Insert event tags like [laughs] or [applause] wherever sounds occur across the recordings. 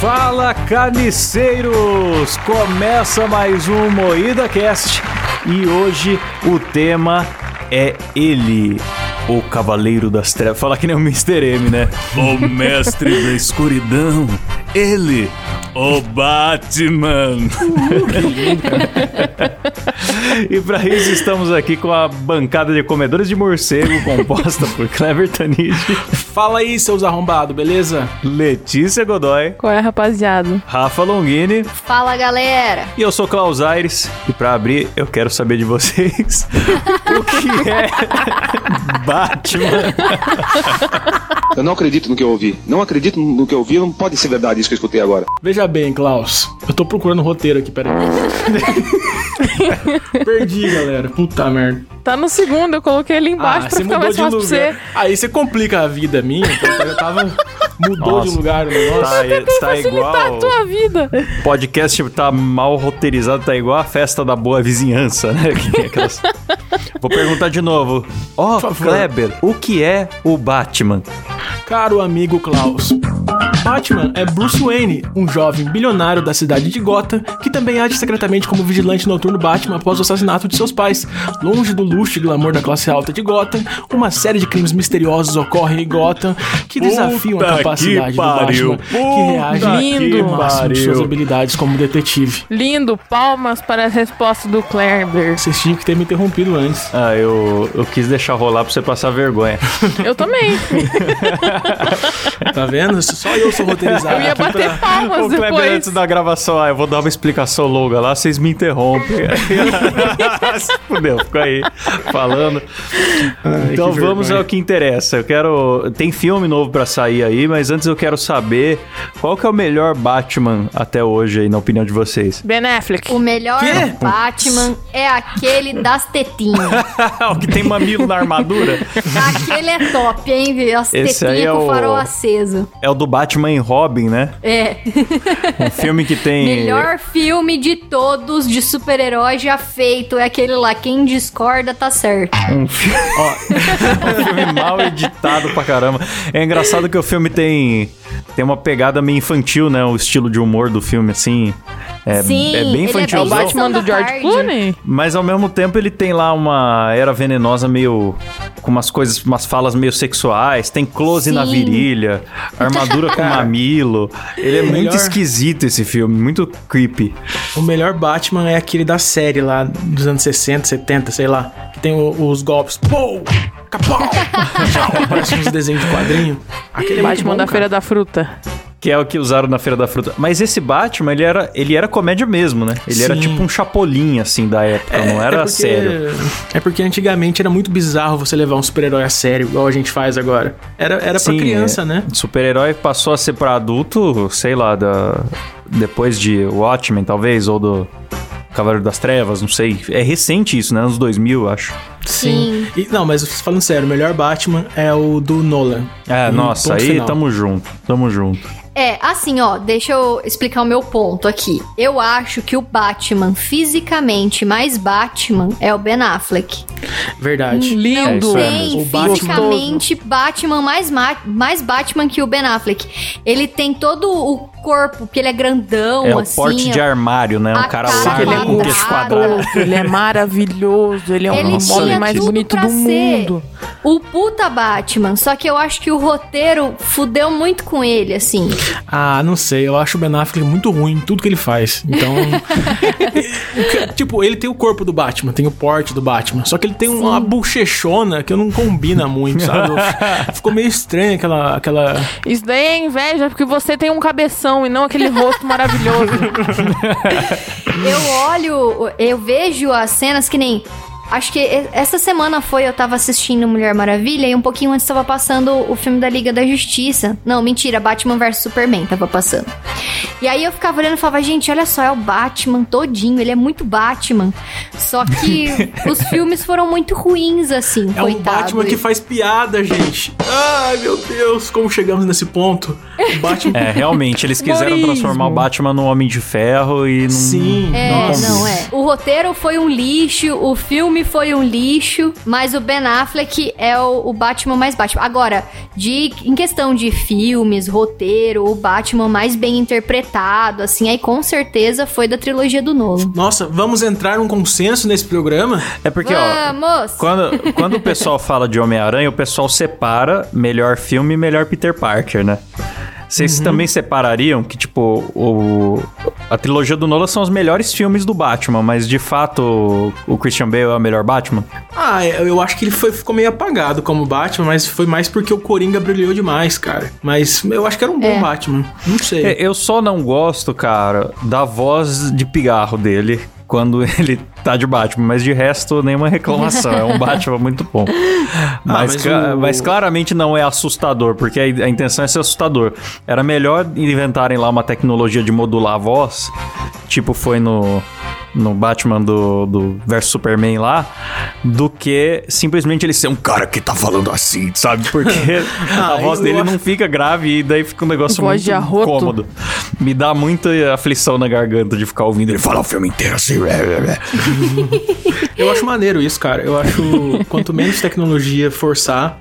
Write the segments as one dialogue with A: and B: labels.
A: Fala carniceiros! Começa mais um Moída Cast e hoje o tema é ele, o Cavaleiro das Trevas. Fala que nem o Mr. M, né? O Mestre da Escuridão, ele, o Batman. E para isso estamos aqui com a bancada de comedores de morcego composta por Clever Tanide,
B: Fala aí, seus arrombados, beleza?
A: Letícia Godoy,
C: Qual é, rapaziada?
A: Rafa Longini
D: Fala galera!
A: E eu sou Klaus Aires e pra abrir eu quero saber de
B: [laughs]
A: vocês o que é Batman.
E: Eu não acredito no que eu ouvi. Não acredito no que eu ouvi. Não pode ser verdade isso que eu escutei agora.
B: Veja bem, Klaus. Eu tô procurando o roteiro aqui,
C: [laughs]
B: peraí. Perdi, galera. Puta merda. Ah,
C: Tá no segundo, eu coloquei ele embaixo pra ficar mais fácil pra você.
B: Aí você complica a vida minha. porque Eu tava. Mudou
A: Nossa.
B: de lugar o negócio.
A: Tá,
C: É
A: tá
C: Facilitar
A: igual.
C: a tua vida.
A: O podcast tá mal roteirizado, tá igual a festa da boa vizinhança, né? [laughs] Que tem aquelas- Vou perguntar de novo. Ó,
B: favor.
A: Kleber, o que é o Batman?
B: Caro amigo Klaus. Batman é Bruce Wayne, um jovem bilionário da cidade de Gotham, que também age secretamente como vigilante noturno Batman após o assassinato de seus pais. Longe do luxo e glamour da classe alta de Gotham, uma série de crimes misteriosos ocorrem em Gotham que desafiam
A: Puta
B: a capacidade
A: que
B: do
A: pariu.
B: Batman,
A: Puta
B: que reage
C: que
B: ao máximo de suas
A: pariu.
B: habilidades como detetive.
C: Lindo, palmas para a resposta do Kleber.
B: Vocês tinham que ter me interrompido antes.
A: Ah, eu, eu quis deixar rolar pra você passar vergonha.
C: Eu também.
B: Tá vendo? Só eu sou roteirizado.
C: Eu ia
B: aqui pra-
C: bater [laughs] palmas
A: Ô, um Kleber,
C: depois.
A: antes da gravação, ah, eu vou dar uma explicação longa lá, vocês me [laughs] interrompem. Se Fudeu, ficou aí falando. então
B: que
A: vamos
B: vergonha.
A: ao que interessa. Eu quero. Tem filme novo pra sair aí, mas antes eu quero saber qual que é o melhor Batman até hoje aí, na opinião de [laughs] vocês.
C: Ben Affleck.
D: O melhor
B: Quê?
D: Batman é aquele das
A: [laughs]
D: tetinhas.
A: Ah, o que tem mamilo na armadura
D: aquele é top, hein, viu? As
A: Esse aí
D: tetinhas
A: é
D: com
A: o-
D: farol aceso.
A: é o do Batman e Robin, né?
D: É.
A: Um filme que tem.
D: Melhor filme de todos de super-herói já feito. É aquele lá. Quem discorda tá certo.
A: Um filme, um filme mal editado pra caramba. É engraçado que o filme tem, tem uma pegada meio infantil, né? O estilo de humor do filme, assim. É,
D: Sim,
A: é bem
D: ele é bem
A: infantilzão.
D: infantil.
C: Batman do
D: da
C: George
D: tarde.
C: Clooney?
A: Mas ao mesmo tempo ele tem lá uma era venenosa meio. com umas coisas, umas falas meio sexuais, tem close na
D: Sim.
A: virilha,
D: [laughs]
A: armadura com mamilo. Ele é muito
B: melhor-
A: esquisito esse filme, muito creepy.
B: O melhor Batman é aquele da série lá dos anos 60, 70, sei lá. Que tem o- os golpes. Pou! Capau! Tchau! Parece uns desenhos de quadrinho. Aquele é muito
C: Batman
B: bom,
C: da
B: cara.
C: Feira da Fruta.
A: Que é o que usaram na Feira da Fruta. Mas esse Batman, ele era, ele era comédia mesmo, né? Ele era
B: Sim. É,
A: tipo um chapolim, assim, da época. não era
B: porque-
A: sério.
B: É porque antigamente era muito bizarro você levar um super-herói a sério, igual a gente faz agora. Era, era pra
A: Sim,
B: criança,
A: é.
B: né?
A: Super-herói passou a ser pra adulto, sei lá, da... depois de Watchmen, talvez, ou do Cavaleiro das Trevas, não sei. É recente isso, né? Anos 2000, acho.
D: Sim.
B: E- não, mas falando sério, o melhor Batman é o do Nolan.
A: É,
B: Um
A: nossa,
B: ponto
A: aí
B: final.
A: tamo junto, tamo junto.
D: É, assim, ó, deixa eu explicar o meu ponto aqui. Eu acho que o Batman fisicamente mais Batman é o Ben Affleck.
B: Verdade.
D: Não
C: Lindo.
A: É
D: tem
B: mesmo. O Batman-
D: fisicamente Batman mais, ma- mais Batman que o Ben Affleck. Ele tem todo o corpo, que ele é grandão,
A: é
D: assim.
A: o porte de armário, né? Um
D: a
A: cara
D: cara
A: largo,
C: quadrada.
A: com o queixo quadrado.
C: Ele é maravilhoso, ele é
D: Ele
C: um
A: Nossa,
C: homem
D: tinha
C: mais
D: tudo
C: bonito
D: pra
C: do
D: ser
C: mundo.
D: o puta Batman. Só que eu acho que o roteiro fudeu muito com ele, assim.
B: Ah, não sei. Eu acho o Ben Affleck muito ruim em tudo que ele faz.
A: [laughs]
B: Então. tipo, ele tem o corpo do Batman, tem o porte do Batman. Só que ele tem uma bochechona que não combina muito, sabe?
A: [laughs]
B: Eu- Ficou meio estranho aquela. aquela...
C: Isso daí é inveja, porque você tem um cabeção e não aquele rosto [laughs] maravilhoso.
D: Eu olho, eu vejo as cenas que nem. Acho que e- essa semana foi, eu tava assistindo Mulher Maravilha e um pouquinho antes tava passando o filme da Liga da Justiça. Não, mentira, Batman vs Superman tava passando. E aí eu ficava olhando e falava, gente, olha só, é o Batman todinho, ele é muito Batman.
B: [laughs]
D: Só que os filmes foram muito ruins, assim,
B: É
D: coitado.
B: um Batman que faz piada, gente. Ai, meu Deus, como chegamos nesse ponto? O
A: [laughs]
B: Batman.
A: É, realmente, eles quiseram
C: Humorismo.
A: transformar o Batman num Homem de Ferro e não...
B: Sim.
D: É,
B: nossa.
D: não é. O roteiro foi um lixo, o filme filme foi um lixo, mas o Ben Affleck é o, o Batman mais Batman. Agora, de, em questão de filmes, roteiro, o Batman mais bem interpretado, assim, aí com certeza foi da trilogia do Nolan.
B: Nossa, vamos entrar num consenso nesse programa?
A: É porque, ó,
D: Vamos!
A: Quando, quando o pessoal fala de Homem-Aranha, o pessoal separa melhor filme e melhor Peter Parker, né? Vocês também separariam que, tipo, o, a trilogia do Nolan são os melhores filmes do Batman, mas de fato o, o Christian Bale é o melhor Batman?
B: Ah, eu eu acho que ele foi- ficou meio apagado como Batman, mas foi mais porque o Coringa brilhou demais, cara. Mas eu acho que era um bom
D: É.
B: Batman. Não sei.
A: É, Eu só não gosto, cara, da voz de pigarro dele quando [laughs] ele tá de Batman, mas de resto, nenhuma reclamação.
B: [laughs]
A: É um Batman muito bom. Mas,
B: Ah, mas
A: cla-
B: o-
A: mas claramente não é assustador, porque a, a intenção é ser assustador. Era melhor inventarem lá uma tecnologia de modular a voz, tipo foi no. No Batman do, do versus Superman lá, do que simplesmente ele ser um cara que tá falando assim, sabe?
B: [laughs]
A: Porque a
B: Ah,
A: voz
B: eu
A: dele
B: acho-
A: não fica grave e daí fica um negócio negócio
C: Voz
A: muito
C: de arroto.
A: incômodo. Me dá muita aflição na garganta de ficar ouvindo ele falar o filme inteiro assim. blé, blé, blé.
B: Eu acho maneiro isso, cara. Eu acho quanto menos tecnologia forçar,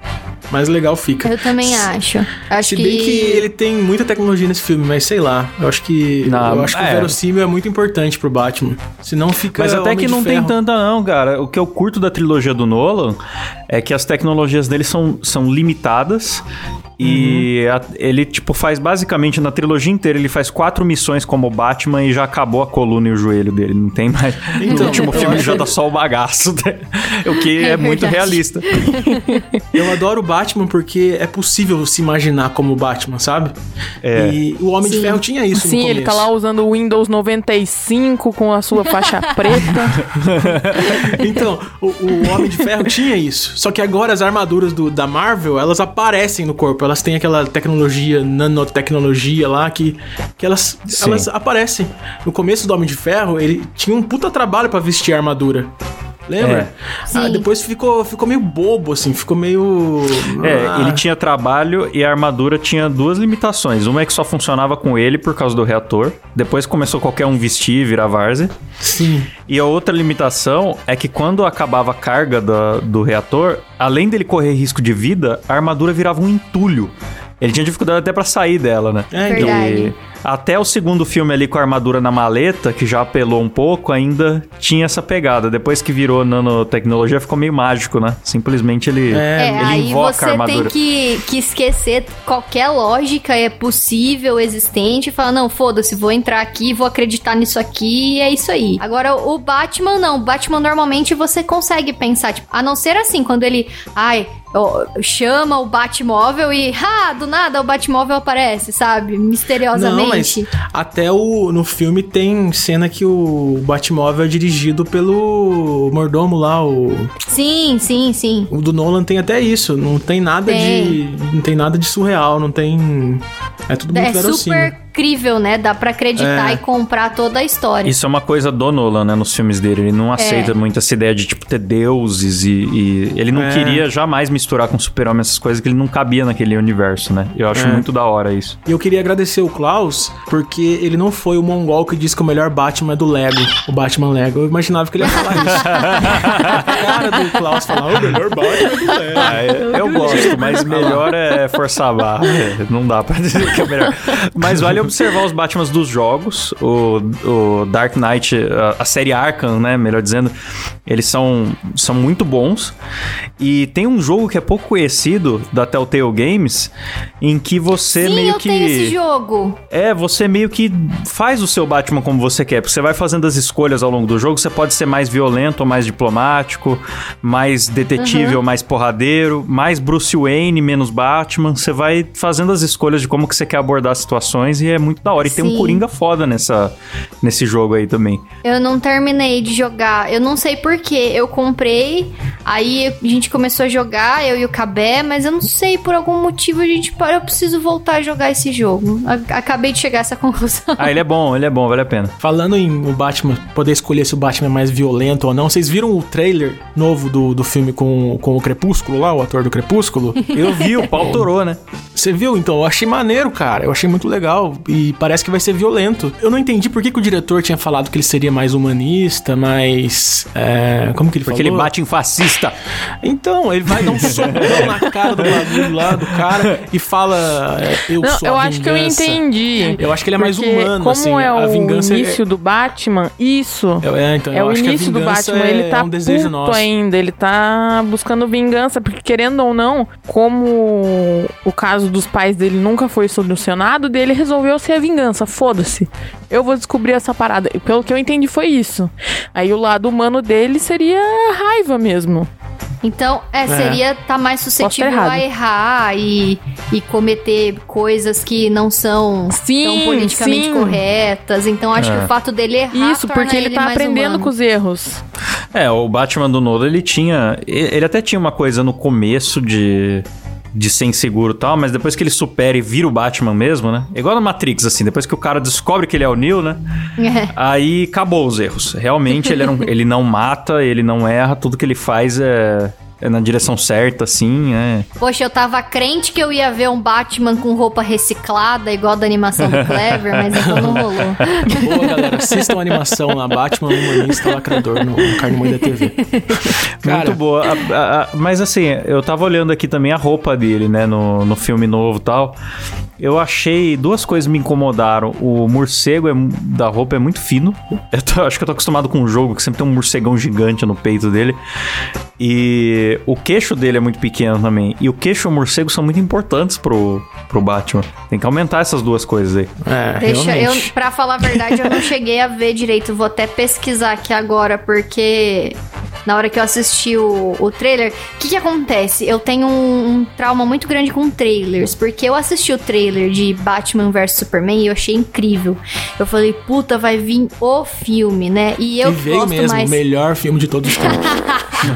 B: mais legal fica.
D: Eu também acho. Acho
B: Se bem que ele tem muita tecnologia nesse filme, mas sei lá. Eu acho que
A: Não,
B: eu acho que
A: é.
B: o verossímil é muito importante pro Batman. Senão fica
A: Mas até
B: Homem
A: que
B: de
A: não tem
B: Ferro.
A: tanta, não, cara. O que eu curto da trilogia do Nolan é que as tecnologias dele são, são limitadas. E
B: Uhum.
A: a- ele, tipo, faz basicamente na trilogia inteira, ele faz quatro missões como Batman e já acabou a coluna e o joelho dele. Não tem mais. no
B: Então,
A: último
B: eu
A: filme
B: acho
A: já
B: que-
A: tá só o bagaço. né? o que é,
D: É
A: muito
D: verdade.
A: realista.
B: Eu adoro o Batman porque é possível se imaginar como o Batman, sabe?
A: É.
B: E o Homem de
D: Sim.
B: Ferro tinha isso no
C: Sim, ele tá
B: começo.
C: lá usando o Windows 95 com a
B: [laughs]
C: sua faixa preta.
B: Então, o, o Homem de Ferro tinha isso. Só que agora as armaduras do- da Marvel, elas aparecem no corpo. Elas têm aquela tecnologia, nanotecnologia lá, que, que elas,
A: Sim.
B: elas aparecem. No começo do Homem de Ferro, ele tinha um puta trabalho pra vestir a armadura.
A: É.
B: Lembra? Ah,
D: Sim.
B: depois ficou, ficou meio bobo, assim. Ficou meio...
A: É,
B: Ah,
A: ele tinha trabalho e a armadura tinha duas limitações. Uma é que só funcionava com ele por causa do reator. Depois começou qualquer um vestir e virar várzea.
B: Sim.
A: E a outra limitação é que quando acabava a carga da- do reator, além dele correr risco de vida, a armadura virava um entulho. Ele tinha dificuldade até pra sair dela, né?
B: É,
D: Verdade.
B: então,
A: E até o segundo filme ali com a armadura na maleta, que já apelou um pouco, ainda tinha essa pegada. Depois que virou nanotecnologia, ficou meio mágico, né? Simplesmente ele,
B: É,
D: É,
A: ele
D: aí
A: invoca a
D: você tem
A: armadura.
D: que, que esquecer qualquer lógica é possível, existente, e falar, não, foda-se, vou entrar aqui, vou acreditar nisso aqui, e é isso aí. Agora, o Batman não, o Batman normalmente você consegue pensar, tipo, a não ser assim, quando ele, ai, ó, chama o Batmóvel e, ah, do nada o Batmóvel aparece, sabe,
B: Não,
D: misteriosamente.
B: mas até o, no filme tem cena que o Batmóvel é dirigido pelo mordomo lá, o,
D: Sim, sim, sim.
B: o do Nolan tem até isso, não tem nada
D: Tem.
B: de não tem nada de surreal, não tem é tudo muito
D: É
B: verossímil.
D: super crível, né? Dá pra acreditar
B: É.
D: e comprar toda a história.
A: Isso é uma coisa do Nolan, né, nos filmes dele. Ele não aceita muito essa ideia de, tipo, ter deuses e... e ele não
B: É.
A: queria jamais misturar com o super-homem essas coisas que ele não cabia naquele universo, né? Eu acho
B: É.
A: muito da hora isso.
B: E eu queria agradecer o Klaus, porque ele não foi o mongol que disse que o melhor Batman é do Lego, o Batman Lego. Eu imaginava que ele ia falar isso. a cara do Klaus falar, o melhor Batman é do Lego.
A: eu gosto, mas melhor é forçar a barra. [laughs] É, Não dá pra dizer que é melhor. Mas vale observar os Batmans dos jogos. O, o Dark Knight, a, a série Arkham, né? Melhor dizendo, eles são, são muito bons. E tem um jogo que é pouco conhecido da Telltale Games, em que você
D: Sim,
A: é meio
D: eu
A: que.
D: tenho esse jogo.
A: É, você meio que faz o seu Batman como você quer, porque você vai fazendo as escolhas ao longo do jogo, você pode ser mais violento ou mais diplomático, mais detetive ou mais porradeiro, mais Bruce Wayne, menos Batman, você vai fazendo as escolhas de como que você quer abordar as situações e é muito da hora. E tem um
D: Sim.
A: Coringa foda nessa, nesse jogo aí também.
D: Eu não terminei de jogar. Eu não sei porquê. Eu comprei, aí a gente começou a jogar, eu e o Cabé, mas eu não sei por algum motivo a gente parou. Eu preciso voltar a jogar esse jogo. A- acabei de chegar a essa [laughs] conclusão.
A: Ah, ele é bom, ele é bom, vale a pena.
B: Falando em o Batman, poder escolher se o Batman é mais violento ou não, vocês viram o trailer novo do, do filme com, com o Crepúsculo lá, o ator do Crepúsculo?
A: Eu vi, o pau torou, né?
B: Você viu? Então, eu achei maneiro, cara. Eu achei muito legal. e parece que vai ser violento. Eu não entendi por que, que o diretor tinha falado que ele seria mais humanista, mais. é, como que ele
A: Porque
B: falou?
A: ele bate em fascista.
B: Então, ele vai dar um socão na cara do bagulho lá do cara e fala. é, Eu
C: Não,
B: sou
C: eu
B: a
C: acho que eu
B: vingança.
C: entendi.
B: Eu acho que ele é mais
C: Porque
B: humano,
C: como
B: assim,
C: é
B: a
C: o
B: vingança é-
C: início do Batman, isso.
B: Eu- é, então,
C: É
B: eu
C: o
B: acho que a
C: início do
B: vingança
C: Batman,
B: é-
C: ele tá
B: é um desejo
C: puto
B: nosso.
C: ainda, ele tá buscando vingança, porque querendo ou não, como o caso dos pais dele nunca foi solucionado, dele resolveu ser a vingança, foda-se. Eu vou descobrir essa parada. E Pelo que eu entendi foi isso. Aí o lado humano dele seria a raiva mesmo.
D: Então, é, seria tá mais suscetível
C: errado.
D: a errar e, e cometer coisas que não são
C: Sim,
D: tão politicamente
C: sim. É.
D: corretas. Então, acho que o fato dele errar
C: Isso,
D: torna
C: porque ele tá
D: mais um
C: aprendendo
D: humano.
C: com os erros.
A: É, o Batman do Nolan, ele tinha. e- Ele até tinha uma coisa no começo de. De ser inseguro e tal, mas depois que ele supera e vira o Batman mesmo, né? É Igual no Matrix, assim, depois que o cara descobre que ele é o Neo, né?
D: [laughs] É.
A: Aí acabou os erros. Realmente ele, era um- ele não mata, ele não erra, tudo que ele faz é, é na direção certa, assim, é.
D: Poxa, eu tava crente que eu ia ver um Batman com roupa reciclada, igual da
B: [laughs]
D: animação do Clever, mas então não rolou.
B: Boa, galera. Assistam a animação lá, Batman Humanista Lacrador, no, no Carne Moída
C: [laughs]
B: TV. Cara,
A: Muito boa. A- a- a- mas assim, eu tava olhando aqui também a roupa dele, né? No, no filme novo e tal. Eu achei. Duas coisas me incomodaram. O morcego é mu- da roupa é muito fino. Eu tô- acho que eu tô acostumado com um jogo que sempre tem um morcegão gigante no peito dele. E o queixo dele é muito pequeno também. E o queixo e o morcego são muito importantes pro, pro Batman. Tem que aumentar essas duas coisas aí.
B: é,
D: Deixa eu,
B: realmente.
D: pra falar a verdade, eu não cheguei a ver direito. Vou até pesquisar aqui agora, porque na hora que eu assisti o, o trailer, o que, que acontece? Eu tenho um, um trauma muito grande com trailers, porque eu assisti o trailer de Batman vs Superman e eu achei incrível. Eu falei, puta, vai vir o filme, né? E eu
B: e veio
D: gosto
B: mesmo,
D: mais.
B: o melhor filme de
D: [laughs]
B: todos os tempos.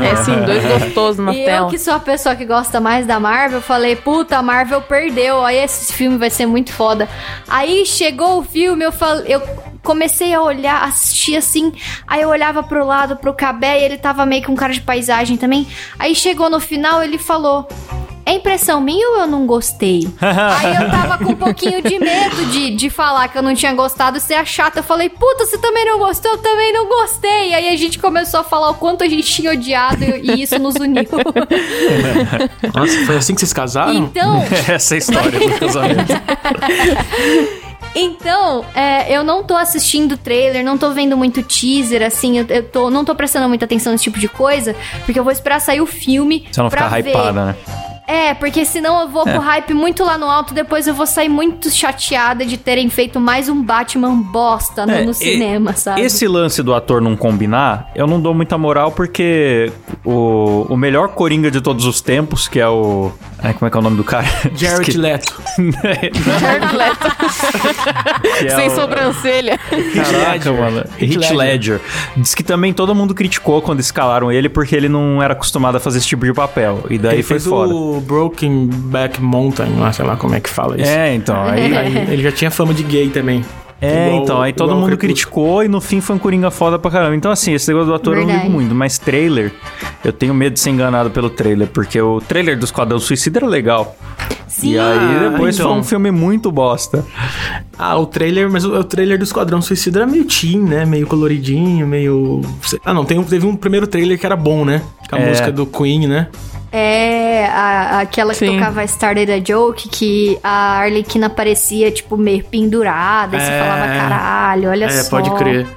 C: É assim,
A: [laughs]
C: dois gostosos na
D: E eu
C: tela.
D: que sou a pessoa que gosta mais da Marvel, falei, puta, a Marvel perdeu, aí esse filme vai ser muito foda. Aí chegou o filme, eu falei, eu comecei a olhar, assistir assim, aí eu olhava pro lado, pro Cabé, e ele tava meio com cara de paisagem também. Aí chegou no final, ele falou... É impressão minha ou eu não gostei? Aí eu tava com um pouquinho de medo de, de falar que eu não tinha gostado e ser a chata. Eu falei, puta, você também não gostou? Eu também não gostei. Aí a gente começou a falar o quanto a gente tinha odiado e, e isso nos uniu.
B: Nossa, foi assim que vocês casaram?
D: Então,
A: Essa [laughs] é a história do casamento.
D: então é, eu não tô assistindo trailer, não tô vendo muito teaser, assim, eu, eu tô, não tô prestando muita atenção nesse tipo de coisa, porque eu vou esperar sair o filme.
A: Você não
D: pra
A: ficar
D: ver.
A: hypada, né?
D: É, porque senão eu vou com o hype muito lá no alto, depois eu vou sair muito chateada de terem feito mais um Batman bosta no,
A: É,
D: no
A: e-
D: cinema, sabe?
A: Esse lance do ator não combinar, eu não dou muita moral porque o, o melhor Coringa de todos os tempos, que é o. ai, como é que é o nome do cara?
B: [laughs]
A: [laughs]
B: Jared
A: Esque-
B: Leto.
C: Jared Leto,
A: que é
C: sem
A: o-
C: sobrancelha.
A: Caraca,
B: Ledger.
A: mano.
B: Heath
A: Heath
B: Ledger.
A: Ledger. Diz que também todo mundo criticou quando escalaram ele porque ele não era acostumado a fazer esse tipo de papel. E daí
B: ele
A: foi
B: fez
A: foda.
B: o Broken Back Mountain, lá, sei lá como é que fala isso.
A: É, então. Aí,
B: Aí ele já tinha fama de gay também.
A: é,
B: Igual-
A: então. Aí todo
B: igual o
A: mundo
B: Crepúsculo.
A: criticou e no fim foi um Coringa foda pra caramba. Então, assim, esse negócio do ator eu não ligo
D: Verdade.
A: muito, mas trailer, eu tenho medo de ser enganado pelo trailer, porque o trailer do Esquadrão Suicida era legal.
D: Sim,
A: E aí depois
B: então.
A: foi um filme muito bosta.
B: Ah, o trailer, mas o, o trailer do Esquadrão Suicida era meio teen, né? Meio coloridinho, meio. Ah, não, tem um- teve um primeiro trailer que era bom, né? Com a
A: É.
B: música do Queen, né?
D: É, a- aquela que
C: Sim.
D: tocava Started a Joke, que a Arlequina parecia, tipo, meio pendurada, e você
B: É.
D: falava, caralho, olha
B: é,
D: só.
B: pode crer.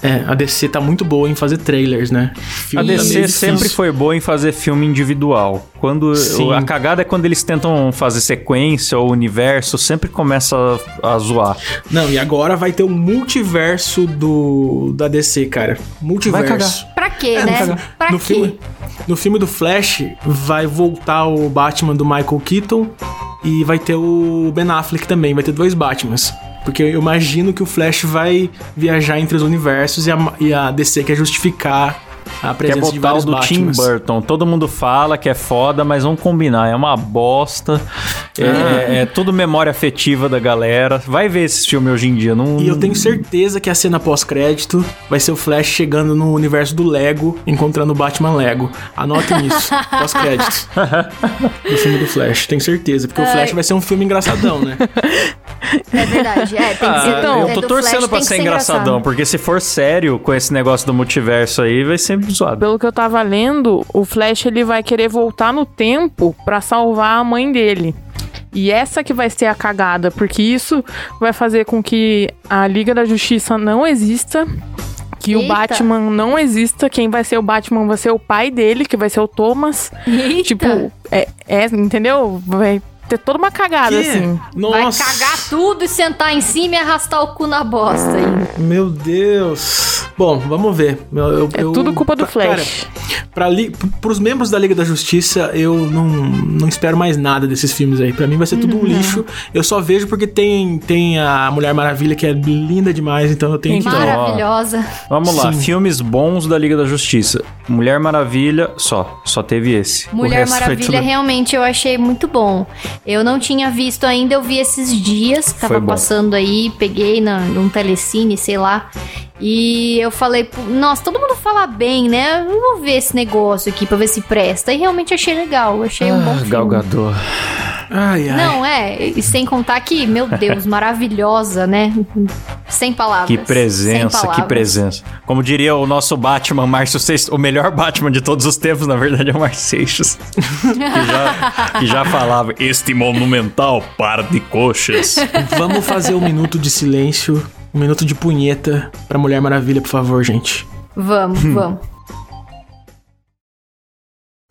B: É, a DC tá muito boa em fazer trailers, né?
A: A
B: Filme tá meio
A: DC
B: difícil.
A: sempre foi boa em fazer filme individual. Quando
B: Sim.
A: a cagada é quando eles tentam fazer sequência ou universo, sempre começa a, a zoar.
B: Não, e agora vai ter o multiverso do da DC, cara. Multiverso.
D: Pra quê,
B: É, não
D: né?
B: caga.
D: Pra
B: no
D: quê?
B: filme, no filme do Flash vai voltar o Batman do Michael Keaton e vai ter o Ben Affleck também, vai ter dois Batmans. Porque eu imagino que o Flash vai viajar entre os universos e a, e a DC quer justificar a
A: Quer
B: presença
A: botar
B: de
A: o
B: vários
A: do Tim
B: Batmans.
A: Burton. Todo mundo fala que é foda, mas vamos combinar. É uma bosta. É, é- é tudo memória afetiva da galera. Vai ver esse filme hoje em dia. Não,
B: E
C: Hum.
B: eu tenho certeza que a cena pós-crédito vai ser o Flash chegando no universo do Lego, encontrando o Batman Lego. Anotem
C: [laughs]
B: isso,
C: [laughs]
B: pós-créditos. Do filme do Flash, tenho certeza. Porque o Flash vai ser um filme engraçadão, né?
D: É verdade. É, tem que ser.
C: então,
D: é
C: eu
A: Ah, eu tô
D: do
A: torcendo
D: Flash,
A: pra
D: tem que
A: ser engraçadão,
D: engraçado.
A: porque se for sério com esse negócio do multiverso aí, vai ser zoado.
C: Pelo que eu tava lendo, o Flash ele vai querer voltar no tempo pra salvar a mãe dele. E essa que vai ser a cagada, porque isso vai fazer com que a Liga da Justiça não exista, que o
D: Eita.
C: Batman não exista, quem vai ser o Batman vai ser o pai dele, que vai ser o Thomas.
D: Eita.
C: Tipo, é, é, entendeu? Vai ter toda uma cagada
B: Que?
C: assim.
D: Vai
B: Nossa.
D: cagar tudo e sentar em cima e arrastar o cu na bosta ainda.
B: Meu Deus. Bom, vamos ver. Eu- eu-
C: É
B: eu-
C: tudo culpa do
B: Pra- cara,
C: Flash.
B: Pra li, pro- pros membros da Liga da Justiça, eu não, não espero mais nada desses filmes aí. Pra mim vai ser tudo
C: Uhum.
B: um lixo. Eu só vejo porque tem, tem a Mulher Maravilha, que é linda demais, então eu tenho
A: Então,
B: que.
A: ó.
D: Maravilhosa.
A: Vamos lá,
B: Sim.
A: filmes bons da Liga da Justiça. Mulher Maravilha, só. Só teve esse. O
D: Mulher
A: resto foi
D: Maravilha é
A: tudo-
D: realmente eu achei muito bom. Eu não tinha visto ainda, eu vi esses dias, tava
A: bom.
D: passando aí, peguei na, num telecine, sei lá. E eu falei, "Pô, nossa, todo mundo fala bem, né? Eu vou ver esse negócio aqui pra ver se presta. E realmente achei legal, achei um bom
A: Ah,
D: filme.
A: Galgador.
B: Ai, ai.
D: Não, é, e sem contar que, meu
A: [laughs]
D: Deus, maravilhosa, né? Sem palavras.
A: Que
D: sem
A: presença, que
D: palavras.
A: presença. Como diria o nosso Batman, Márcio Seixas, o melhor Batman de todos os tempos, na verdade, é o Márcio
D: [laughs]
A: Seixas. que, já, que já falava, este monumental par de
D: [laughs]
A: coxas.
B: [laughs] Vamos fazer um minuto de silêncio, um minuto de punheta pra Mulher Maravilha, por favor, gente.
D: Vamos,
A: Hum.
D: vamos.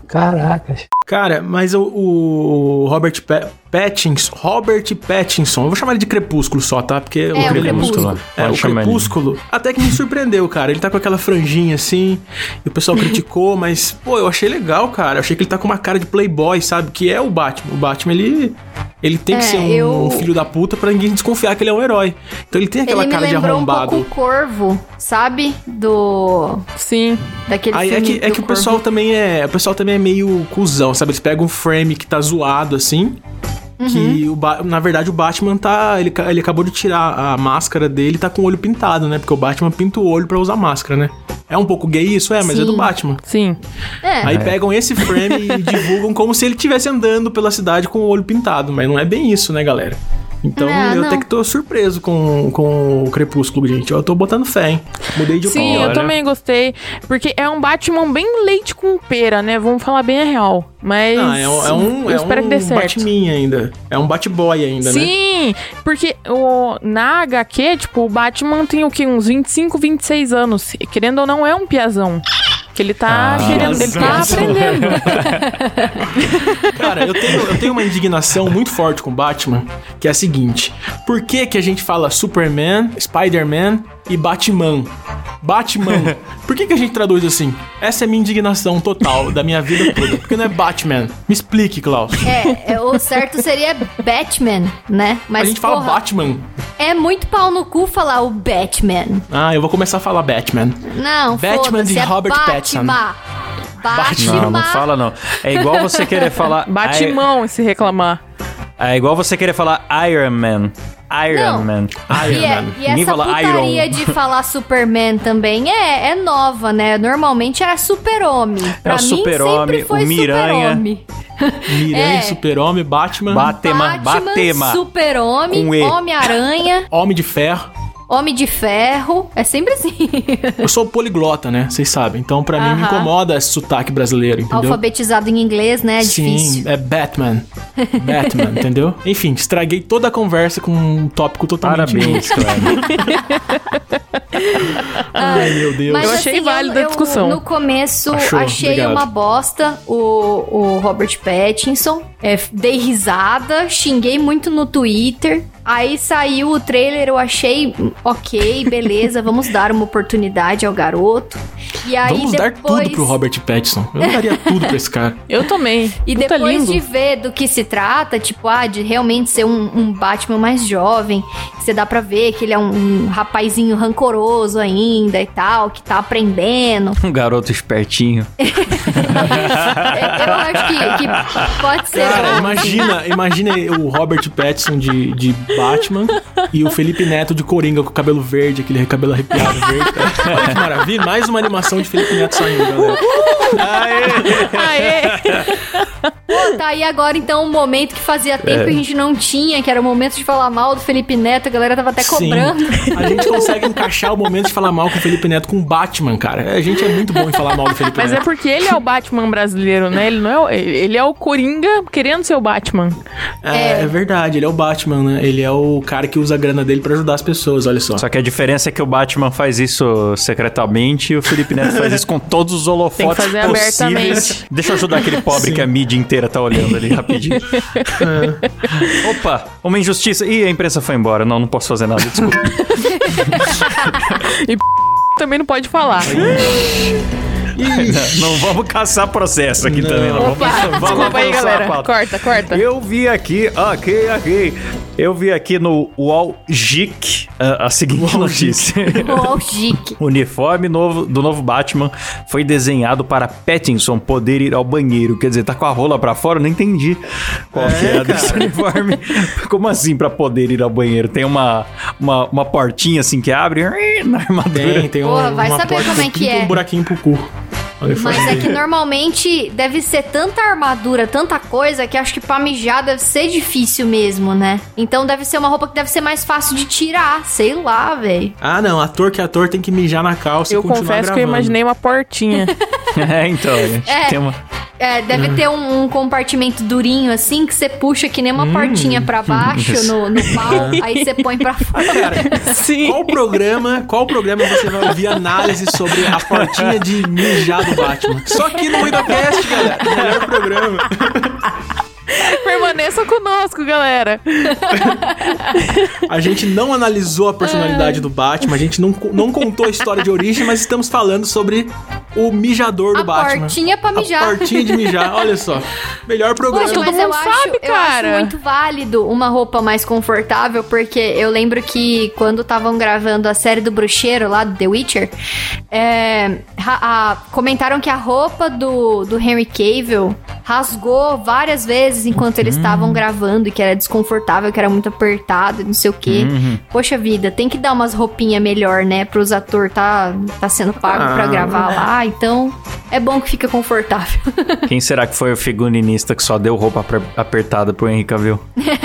F: Caracas.
B: Cara, mas o, o Robert Pa- Pattinson, Robert Pattinson, eu vou chamar ele de Crepúsculo só, tá? Porque é,
D: o Crepúsculo.
B: É,
A: Pode
B: o
A: chamar ele.
B: Crepúsculo até que me surpreendeu, cara. Ele tá com aquela franjinha assim, e o
D: [laughs]
B: pessoal criticou, mas, pô, eu achei legal, cara. Eu achei que ele tá com uma cara de playboy, sabe? Que é o Batman. O Batman, ele, ele tem que
D: É,
B: ser um,
D: eu-
B: um filho da puta pra ninguém desconfiar que ele é um herói. Então ele tem aquela
D: Ele me
B: cara de
D: lembrou um
B: arrombado.
D: pouco o Corvo, sabe? Do...
C: Sim.
D: Daquele
B: Aí é
D: filme
B: que, é
D: do
B: que o [laughs]
D: Corvo.
B: pessoal também é. O pessoal também é meio cuzão, sabe? Eles pegam um frame que tá zoado assim. Que
D: Uhum.
B: o Ba- na verdade o Batman tá. Ele, ca- ele acabou de tirar a máscara dele e tá com o olho pintado, né? Porque o Batman pinta o olho pra usar máscara, né? É um pouco gay isso, é, mas é do
D: Sim.
B: Batman.
C: Sim.
D: É.
B: Aí pegam esse frame
D: [laughs]
B: e divulgam como se ele estivesse andando pela cidade com o olho pintado, mas não é bem isso, né, galera? Então
D: Não,
B: eu
D: É, não.
B: até que tô surpreso com, com o Crepúsculo, gente. Eu tô botando fé, hein? Mudei de né?
C: Sim,
B: opinião.
C: eu também gostei. Porque é um Batman bem leite com pera, né? Vamos falar bem a real. Mas.
B: Ah, é um, é um,
C: eu
B: é
C: espero
B: um
C: que dê certo.
B: Batman ainda. É um Batboy ainda, né?
C: Sim, porque o, na HQ, tipo, o Batman tem o quê? Uns 25, 26 anos. E querendo ou não, é um piazão. Que ele tá
A: Ah,
C: querendo, ele tá
B: piazão.
C: aprendendo.
B: Cara, eu tenho, eu tenho uma indignação muito forte com o Batman, que é a seguinte: por que, que a gente fala Superman, Spider-Man e Batman?
C: [laughs]
B: Batman. Por que, que a gente traduz assim? Essa é minha indignação total da minha vida toda. Porque não é Batman. Me explique, Klaus.
D: É, é, o certo seria Batman, né? Mas
B: a gente fala
D: porra,
B: Batman.
D: é muito pau no cu falar o Batman.
B: Ah, eu vou começar a falar Batman.
D: Não,
B: Batman
D: foda-se,
B: de
D: é
B: Robert Pattinson.
D: Batman. Batman.
A: Não, não fala não. É igual você querer
B: [laughs]
A: falar...
C: Batman, se reclamar.
A: É igual você querer falar Iron Man. Iron
D: Não.
A: Man. [laughs]
B: Iron
D: E,
B: Man.
D: é- e
A: Ninguém
D: essa
A: fala
D: putaria
A: Iron.
D: de falar Superman também é, é nova, né? Normalmente era super-homem. Pra
A: o
D: mim
A: Super-Homem,
D: sempre foi
A: o Miranha.
D: super-homem.
B: Miranha,
D: É.
B: Super-Homem, Batman,
A: Batema, Batema. Com E.
D: super-homem, Homem-Aranha,
B: Homem de Ferro.
D: Homem de Ferro. É sempre assim.
B: Eu sou poliglota, né? Vocês sabem. Então, pra mim, me
D: Aham.
B: incomoda esse sotaque brasileiro, entendeu?
D: Alfabetizado em inglês, né? É
B: Sim,
D: difícil.
B: é Batman.
D: [laughs]
B: Batman, entendeu? Enfim, estraguei toda a conversa com um tópico totalmente
A: Parabéns,
B: inútil.
A: cara.
B: Ai, [laughs] meu Deus.
D: Mas, assim,
C: Eu achei válida a discussão.
D: No começo,
B: Achou,
D: achei
B: obrigado.
D: uma bosta o, o Robert Pattinson. É, dei risada, xinguei muito no Twitter. Aí saiu o trailer, eu achei hum, ok, beleza,
B: [laughs]
D: vamos dar uma oportunidade ao garoto. E aí
B: Vamos dar
D: depois,
B: tudo pro Robert Pattinson. Eu daria tudo pra esse
D: [laughs]
B: cara.
C: Eu também.
D: E
C: Puta
D: depois
C: lindo. [laughs]
D: de ver do que se trata, tipo, ah, de realmente ser um, um Batman mais jovem, você dá pra ver que ele é um, um rapazinho rancoroso ainda e tal, que tá aprendendo.
A: Um garoto espertinho.
D: É, Eu acho que, que pode ser.
B: Cara,
D: bom.
B: imagina, imagina o Robert Pattinson de, de Batman e o Felipe Neto de Coringa com o cabelo verde, aquele cabelo arrepiado verde. Olha que maravilha. Mais uma
C: Ah, é?
B: animação de Felipe Neto saindo, galera.
A: Aê!
C: Aê!
D: Pô, Tá aí agora, então, um momento que fazia tempo que
B: É.
D: a gente não tinha, que era o momento de falar mal do Felipe Neto, a galera tava até tá cobrando.
B: Sim. A gente consegue encaixar o momento de falar mal com o Felipe Neto com o Batman, cara. A gente é muito bom em falar mal do Felipe
C: Mas é
B: Neto.
C: porque ele é o Batman brasileiro, né? Ele não é, o- ele é o Coringa querendo ser o Batman.
B: É, é verdade, ele é o Batman, né? Ele é o cara que usa a grana dele pra ajudar as pessoas, olha só.
A: Só que a diferença é que o Batman faz isso secretamente e o Felipe Neto faz isso com todos os holofotes
C: Tem que fazer
A: possíveis.
C: abertamente.
A: Deixa eu ajudar aquele pobre que a mídia inteira tá olhando ali rapidinho. Opa, uma injustiça. Ih, a imprensa foi embora. Não, não posso fazer nada, desculpa.
C: Também não pode falar.
A: não, não vamos caçar processo aqui também. Não.
C: Opa,
A: Vamos- vamos
C: desculpa aí,
A: avançar a
C: galera.
A: pauta.
C: Corta, corta.
A: Eu vi aqui, ok, ok. Eu vi aqui no Walgic a seguinte notícia.
D: Ó, o Jique.
A: O uniforme novo, do novo Batman foi desenhado para Pattinson poder ir ao banheiro. Quer dizer, tá com a rola pra fora? Eu Não entendi
C: É,
A: qual que era desse uniforme. [laughs] Como assim pra poder ir ao banheiro? Tem uma, uma, uma portinha assim que abre [laughs] ih, na armadura.
B: Tem, tem
D: Porra,
B: um,
D: vai
B: uma
D: saber
B: porta
D: como é
B: do
D: que
B: pinto e
D: é.
B: um buraquinho pro cu. Olha só.
D: Mas é que normalmente deve ser tanta armadura, tanta coisa, que acho que pra mijar deve ser difícil mesmo, né? Então deve ser uma roupa que deve ser mais fácil de tirar, sei lá, velho.
B: Ah, não, ator que é ator tem que mijar na calça e
C: Eu
B: continuar
C: confesso que eu
B: gravando.
C: imaginei
B: [laughs]
C: uma portinha.
A: [laughs] É, então, gente,
D: É.
A: tem uma...
D: É, deve ter um, um compartimento durinho assim, que você puxa que nem uma
B: Hum.
D: portinha pra baixo no, no
B: [laughs]
D: pau, aí você põe pra fora.
C: Sim.
B: Qual programa, qual programa você vai ouvir análise sobre a portinha de mijar do Batman? Só aqui no Idocast, galera. Melhor programa.
C: Permaneça conosco, galera.
B: A gente não analisou a personalidade do Batman, a gente não, co- não contou a história de origem, mas estamos falando sobre o mijador do
D: A
B: Batman.
D: portinha pra mijar.
B: A portinha de mijar, olha só. Melhor programa.
D: Poxa,
C: todo
D: mas eu
C: mundo
D: acho,
C: sabe,
D: eu
C: cara.
D: acho muito válido uma roupa mais confortável, porque eu lembro que quando estavam gravando a série do bruxeiro lá do The Witcher, é, ra- a- comentaram que a roupa do, do Henry Cavill rasgou várias vezes enquanto eles estavam
B: Hum.
D: gravando e que era desconfortável, que era muito apertado e não sei o quê.
B: Uhum.
D: Poxa vida, tem que dar umas roupinhas melhor, né, pros atores tá, tá sendo pago
B: Ah.
D: pra gravar lá, então é bom que fica confortável.
A: Quem será que foi o figurinista que só deu roupa apre- apertada pro Henrique Cavill?
C: É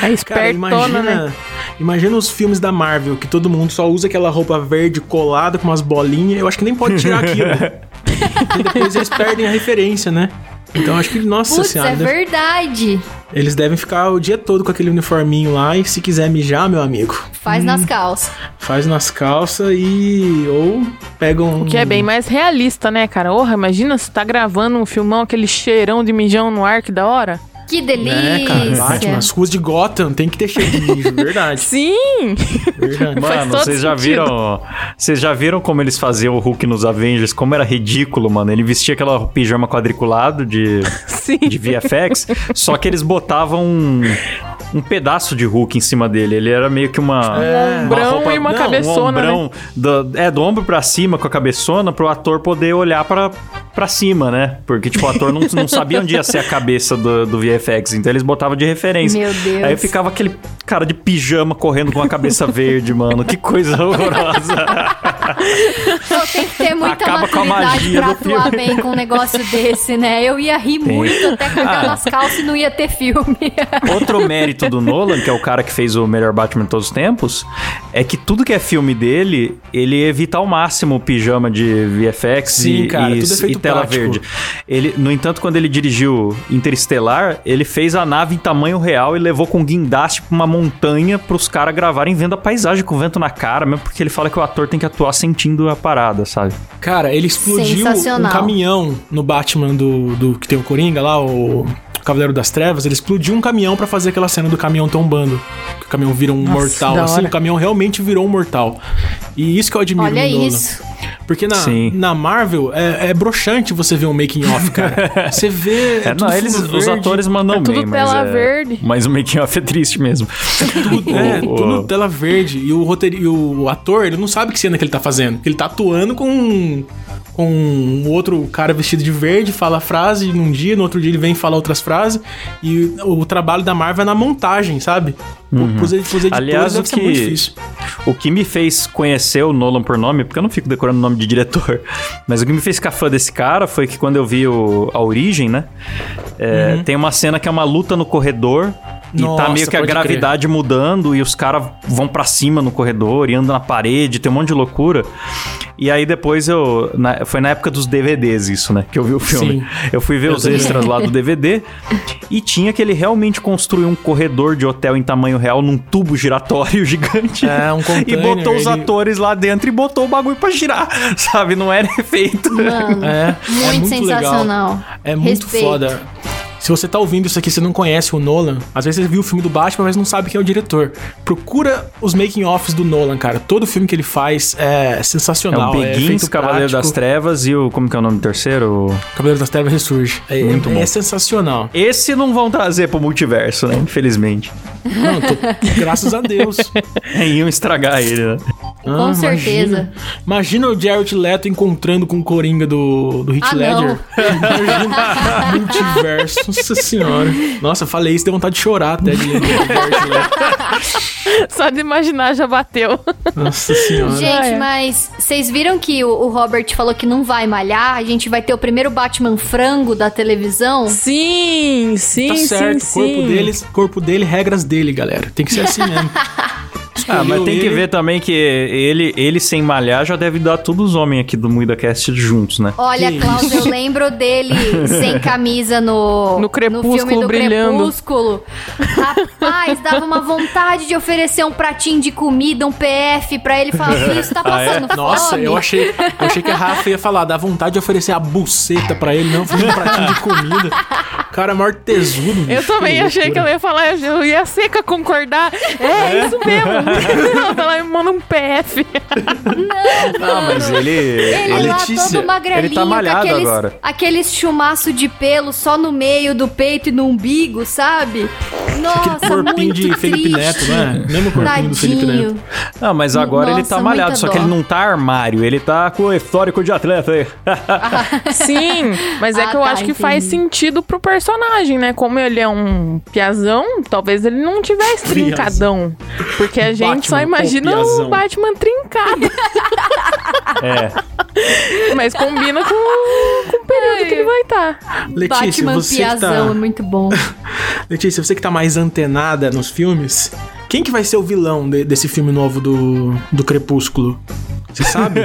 B: Cara,
C: espertona,
B: imagina,
C: né?
B: imagina os filmes da Marvel, que todo mundo só usa aquela roupa verde colada com umas bolinhas. Eu acho que nem pode tirar
D: [laughs]
B: aquilo. E depois eles perdem a referência, né? Então acho que, nossa
D: Putz,
B: senhora,
D: é
B: deve-
D: verdade.
B: eles devem ficar o dia todo com aquele uniforminho lá e se quiser mijar, meu amigo,
D: Faz nas calças.
B: faz nas calças e. ou um, pegam.
C: Que é bem mais realista, né, cara? Porra, imagina se tá gravando um filmão, aquele cheirão de mijão no ar, que da hora.
D: Que delícia.
B: Né, cara? Batman,
D: é.
B: as ruas de Gotham tem que ter cheio de mijo,
D: [laughs]
B: verdade.
C: Sim!
B: verdade.
C: Faz
A: Mano,
C: todo
A: vocês já
C: sentido.
A: viram. Vocês já viram como eles faziam o Hulk nos Avengers? Como era ridículo, mano. Ele vestia aquela pijama quadriculado de,
C: Sim.
A: de VFX, só que eles botavam um, um pedaço de Hulk em cima dele. Ele era meio que uma.
B: É.
C: Um ombrão e uma cabeçona, né?
A: Um ombrão do- é, do ombro pra cima com a cabeçona pro ator poder olhar pra, pra cima, né? Porque, tipo, o ator não, não sabia onde ia ser a cabeça do, do VFX, então eles botavam de referência.
D: Meu Deus.
A: Aí ficava aquele cara de pijama correndo com a cabeça [laughs] verde, mano. Que coisa horrorosa.
D: Só tem que ter muita
A: Acaba com a
D: maturidade
A: magia
D: pra
A: do
D: atuar
A: filme.
D: bem com um negócio desse, né? Eu ia rir muito até cagar nas calças e não ia ter filme.
A: Outro mérito do Nolan, que é o cara que fez o melhor Batman de todos os tempos, é que tudo que é filme dele, ele evita ao máximo o pijama de VFX
B: Sim,
A: e,
B: cara,
A: e-
B: tudo é feito
A: e tela
B: prático.
A: verde. Ele, no entanto, quando ele dirigiu Interestelar, ele fez a nave em tamanho real e levou com guindaste pra uma montanha pros caras gravarem vendo a paisagem com o vento na cara, mesmo porque ele fala que o ator tem que atuar sentindo a parada, sabe?
B: Cara, ele explodiu um
D: Sensacional.
B: caminhão no Batman do, do que tem o Coringa lá, o Cavaleiro das Trevas. Ele explodiu um caminhão pra fazer aquela cena do caminhão tombando. Que o caminhão vira um
C: Nossa,
B: mortal.
C: da
B: Assim,
C: hora.
B: o caminhão realmente virou um mortal. E isso que eu admiro
D: Olha
B: no Nolan.
D: isso.
B: Porque na,
A: Sim.
B: na Marvel é, é broxante você ver um making off,
A: [laughs]
B: cara. Você vê.
A: É, não,
B: tudo
A: eles,
B: fundo
A: os
B: verde,
A: atores mandam
C: É tudo
A: bem, mas
C: tela
A: é-
C: verde.
A: Mas o making off é triste mesmo.
B: Tudo, [laughs] é,
A: O- o-
B: tudo tela verde. E o roteiro, e o ator, ele não sabe que cena que ele tá fazendo. Ele tá atuando com, com um outro cara vestido de verde, fala a frase num dia, no outro dia ele vem e fala outras frases. E o trabalho da Marvel é na montagem, sabe? Uhum. Pros, ed- pros editores
A: Aliás,
B: deve
A: o
B: ser muito
A: que-
B: difícil.
A: O que me fez conhecer o Nolan por nome, porque eu não fico decorando o nome de diretor, [laughs] mas o que me fez ficar fã desse cara foi que quando eu vi o- a origem, né? é, Tem uma cena que é uma luta no corredor. e tá
B: Uhum. Nossa,
A: meio que a
B: pode crer.
A: gravidade mudando e os caras vão pra cima no corredor e andam na parede, tem um monte de loucura. E aí depois eu. na- foi na época dos DVDs isso, né? Que eu vi o filme.
B: Sim.
A: Eu fui ver
B: Eu
A: os
B: também.
A: extras lá do
B: [laughs]
A: DVD e tinha que ele realmente construiu um corredor de hotel em tamanho real num tubo giratório [laughs] gigante.
B: É, um
A: E
B: container,
A: botou os
B: ele-
A: atores lá dentro e botou o bagulho pra girar, [laughs] sabe? Não era efeito. um
D: Mano,
B: É,
D: muito,
B: é muito
D: sensacional.
B: Legal. É muito
D: Respeito.
B: foda. Se você tá ouvindo isso aqui e você não conhece o Nolan, às vezes você viu o filme do Batman, mas não sabe quem é o diretor. Procura os making-offs do Nolan, cara. Todo filme que ele faz é
A: É o
B: sensacional.
A: Beguins,
B: feito
A: Cavaleiro das
B: prático.
A: Trevas e o. Como que é o nome do terceiro?
B: Cavaleiro das Trevas ressurge. É,
A: Muito
B: é,
A: bom.
B: é sensacional.
A: Esse não vão trazer pro multiverso, né? Infelizmente.
B: Não, tô- graças a Deus.
A: [laughs] Iam estragar ele, né?
D: Com certeza.
B: Imagina, imagina o Jared Leto encontrando com o Coringa do, do Hit
D: Ah,
B: Ledger. Imagina. Multiverso. Nossa senhora. Nossa, eu falei isso, deu vontade de chorar até de lembrar do Jared Leto.
C: Só de imaginar já bateu.
B: Tá Nossa senhora.
C: Ah,
D: Gente,
C: é.
D: mas vocês viram que o, o Robert falou que não vai malhar? A gente vai ter o primeiro Batman frango da televisão?
C: Sim, sim,
B: Tá certo,
C: sim,
B: corpo,
C: sim.
B: deles, corpo dele, regras dele, galera. Tem que ser assim mesmo.
A: Ah, mas
B: Escolheu
A: tem que
B: ele.
A: ver também que ele, ele sem malhar já deve dar todos os homens aqui do MuidaCast juntos, né?
D: Olha,
B: Que
D: Klaus, eu
B: [laughs]
D: lembro dele sem camisa no,
C: No Crepúsculo, brilhando.
D: Crepúsculo. Rapaz, dava uma vontade de oferecer um pratinho de comida, um PF pra ele falar: Filho, você tá passando fome?
B: Nossa, eu achei, eu achei que a Rafa ia falar, dá vontade de oferecer a buceta pra ele, não, fazer um pratinho de
D: [laughs]
B: comida. O cara é maior tesudo, bicho.
C: Eu também achei
B: loucura.
C: que ela ia falar, eu ia seca concordar. É, isso mesmo. ela fala, manda um PF.
A: Ah, mas ele.
D: Ele
A: ele-
D: lá
B: Letícia,
D: todo magrelinho,
A: ele tá malhado
D: com aqueles,
A: agora.
D: aqueles chumaço de pelo só no meio do peito e no umbigo, sabe? Nossa,
B: Corpinho
D: muito
B: de Felipe
D: triste.
B: Neto, né? Mesmo corpinho do Felipe Neto.
D: Tadinho.
A: Ah, mas agora ele
D: Nossa,
A: tá malhado,
D: muita
A: só que
D: dó.
A: ele não tá armário, ele tá com o histórico de atleta [laughs] aí.
C: Sim, mas é
D: Ah,
C: que eu
D: tá,
C: acho que faz
D: entendi.
C: sentido pro personagem, né? Como ele é um piazão, talvez ele não tivesse trincadão. Porque a gente só
B: Batman,
C: imagina
B: o
C: o
B: piazão.
C: Batman trincado. é. Mas combina com, com o período que ele vai tá. estar.
B: Letícia,
D: Batman
B: você que
D: Piazão, é
B: tá...
D: muito bom.
B: Letícia, você que tá mais antenada nos filmes, quem que vai ser o vilão de- desse filme novo do, do Crepúsculo? Você [laughs] sabe?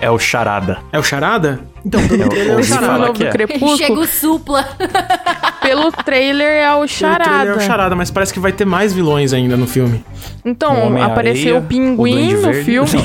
A: É o Charada.
B: É o Charada? Então,
A: É
B: pelo
A: o-
B: trailer é o
A: ouvi
C: Esse
A: falar
B: Charada.
C: novo
A: que é.
C: do
D: Chega
C: Crepúsculo,
D: o supla.
C: pelo trailer é o
B: Pelo trailer
C: charada.
B: é o Charada, mas parece que vai ter mais vilões ainda no filme.
A: O
C: Então,
A: Homem-Areia,
C: apareceu o
A: o Duende
C: pinguim no
A: Verde.
C: filme.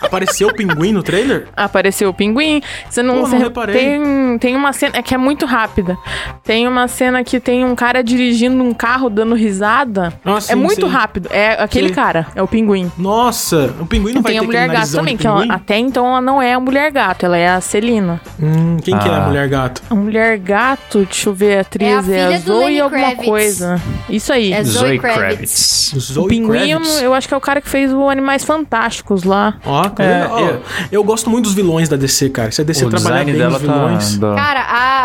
B: Apareceu o pinguim no trailer?
C: [laughs] apareceu o pinguim. Você não,
B: Pô, não
C: você-
B: reparei.
C: Tem, tem uma cena é que é muito rápida. Tem uma cena que tem um cara dirigindo um carro dando risada.
B: Ah,
C: é
B: sim,
C: muito
B: sim.
C: rápido. É aquele
B: Sim.
C: cara, é o pinguim.
B: Nossa, o pinguim não vai
C: tem
B: ter
C: a mulher
B: aquele
C: gato
B: narizão de
C: também, que ela-
B: pinguim?
C: até então ela não é a mulher gato, ela é a Celina.
B: Hum, quem que é a
A: Ah.
B: mulher gato?
C: A mulher gato, deixa eu ver, a atriz é
D: É
C: a,
D: a filha do
C: Zoe
D: Lenny
C: alguma
D: Kravitz.
C: coisa. Isso aí.
D: É Zoe Kravitz.
B: Zoe
C: o pinguim, eu,
B: Kravitz?
C: eu acho que é o cara que fez o Animais Fantásticos lá.
B: Ó, tá
A: É,
B: vendo? Ó,
A: é.
B: eu gosto muito dos vilões da DC, cara. Se a DC
A: o
B: trabalhar
A: design
B: bem
A: dela
B: os
A: tá.
B: vilões...
A: tá-
D: Cara,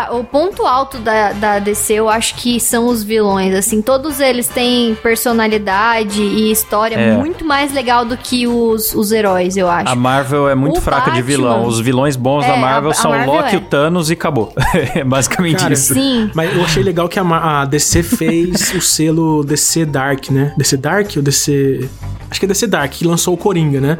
D: a- o ponto alto da, da DC eu acho que são os vilões. Assim, todos eles têm personalidade e história
A: É.
D: muito mais legal do que os, os heróis, eu acho.
A: A Marvel é muito
D: O
A: fraca de vilão.
D: Batman-
A: Os vilões bons
D: É,
A: da
D: a-
A: Marvel
D: a
A: são
D: Marvel
A: Loki,
D: é.
A: o Thanos e acabou. [laughs] é basicamente
B: Cara,
A: isso.
D: Sim.
B: Mas eu achei legal que a, Ma- a DC fez o selo DC Dark, né? DC Dark ou DC. Acho que é DC Dark, que lançou o Coringa, né?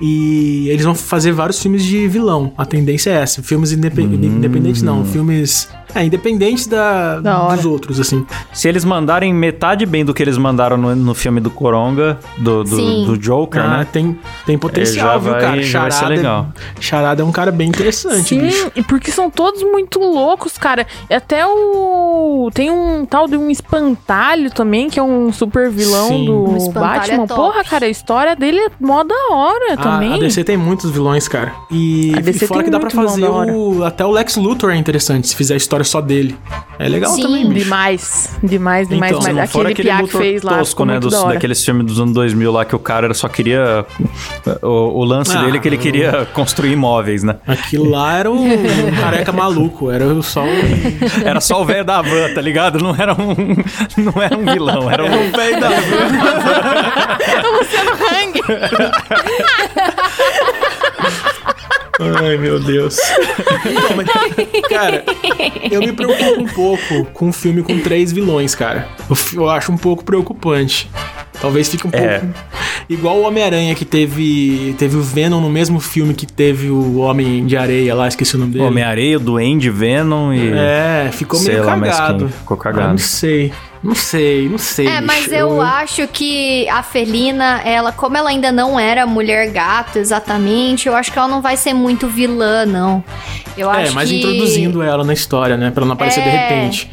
B: E eles vão fazer vários filmes de vilão. A tendência é essa. Filmes indepe-
A: Hum.
B: independentes, não. Filmes. É, independentes da,
C: Da hora.
B: dos outros, assim.
A: Se eles mandarem metade bem do que eles mandaram no, no filme do Coronga, do,
D: Sim.
A: do, do Joker,
B: Ah,
A: né?
B: tem, tem potencial,
A: já
B: viu,
A: vai-
B: cara?
A: já vai ser
B: Charada, é-
A: legal.
B: Charada é um cara bem interessante,
C: Sim,
B: bicho.
C: e porque são todos muito loucos, cara. E até o. Tem um tal de um espantalho também, que é um super vilão
B: Sim.
C: do
D: Um espantalho
C: Batman.
D: é top.
C: Porra, cara, a história dele é mó da hora
B: A-
C: também.
B: A, DC tem muitos vilões, cara. E,
C: A DC
B: e fora que
C: tem
B: dá pra
C: muito vilão
B: fazer
C: da hora.
B: o. Até o Lex Luthor é interessante, se fizer a história história só dele. É legal
D: Sim,
B: também, bicho.
C: Demais, demais, demais.
B: Então, se
C: mas
A: Não, fora
C: aquele piá que
A: motor
C: fez lá.
A: tosco,
C: ficou
A: né?
C: muito
A: Dos,
C: da hora.
A: daqueles filmes dos anos 2000 lá que o cara só queria. O, o lance
B: Ah,
A: dele é que ele
B: não.
A: queria construir imóveis, né?
B: Aquilo lá era
D: [laughs]
B: um careca maluco, era só um.
A: Era só o velho da van, tá ligado? Não era um, [laughs] não era um vilão, era um velho da van.
C: Hang.
B: Ai, meu Deus. Então, mas, cara, eu me preocupo um pouco com um filme com três vilões, cara. Eu, fi- eu acho um pouco preocupante. Talvez fique um pouco.
A: É.
B: Igual o Homem-Aranha, que teve, teve o Venom no mesmo filme que teve o Homem de Areia lá, esqueci o nome dele.
A: Homem-Areia, Duende, Venom e.
B: É, ficou
A: Sei
B: meio
A: lá, mas
B: cagado.
A: quem ficou cagado.
B: Ah, não sei. Não sei, não sei.
D: É, mas
B: bicho.
D: eu, acho que a Felina, ela, como ela ainda não era mulher gato exatamente, eu acho que ela não vai ser muito vilã, não. Eu
B: É,
D: acho
B: mas
D: que...
B: introduzindo ela na história, né? Pra ela não aparecer de
D: É.
B: repente.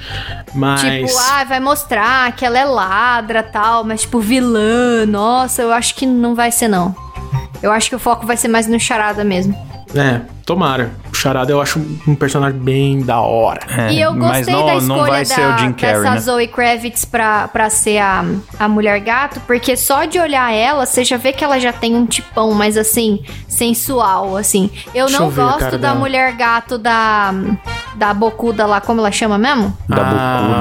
B: Mas.
D: Tipo, ah, vai mostrar que ela é ladra tal, mas tipo, vilã, nossa, eu acho que não vai ser, não. Eu acho que o foco vai ser mais no charada mesmo.
B: É, tomara. O Charada eu acho um personagem bem da hora.
A: É,
D: e eu
A: mas
D: gostei
A: não,
D: da
A: não
D: escolha
A: vai
D: da,
A: ser o Jim Carrey,
D: dessa
A: né?
D: Zoe Kravitz pra, pra ser a, a mulher gato, porque só de olhar ela, você já vê que ela já tem um tipão, mas assim, sensual, assim. Eu
B: Deixa
D: não
B: eu ver a
D: gosto
B: cara
D: da
B: dela.
D: mulher gato da, da bocuda lá, como ela chama mesmo?
B: Ah,
A: Da
B: a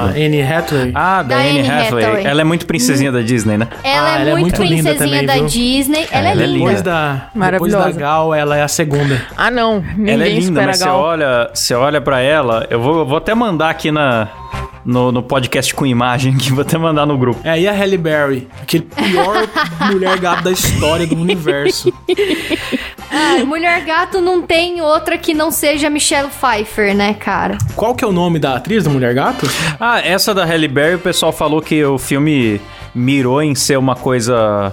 A: Bocuda.
B: Anne Hathaway.
A: Ah, da,
D: Da
A: Anne
D: Anne
A: Hathaway.
D: Hathaway.
A: Ela é muito princesinha da Disney, né?
D: Ela, é,
B: ela é
D: muito
B: muito linda
D: princesinha
B: também,
D: da
B: viu?
D: Disney, ela, é
A: ela é
D: linda.
B: Depois da, depois
C: Maravilhosa.
B: da Gal, ela é a segunda.
C: Ah, não. Ninguém
A: ela é linda,
B: né,
C: espera
A: mas você
C: Gal.
B: [laughs]
A: olha, você olha pra ela. Eu vou, eu vou até mandar aqui na, no, no podcast com imagem, que [laughs] vou até mandar no grupo.
B: É, e a Halle Berry? Aquele
D: [laughs]
B: pior mulher gato da história do universo.
D: Ah, mulher gato não tem outra que não seja Michelle Pfeiffer, né, cara?
B: Qual que é o nome da atriz da mulher gato?
A: Ah, essa da Halle Berry, o pessoal falou que o filme mirou em ser uma coisa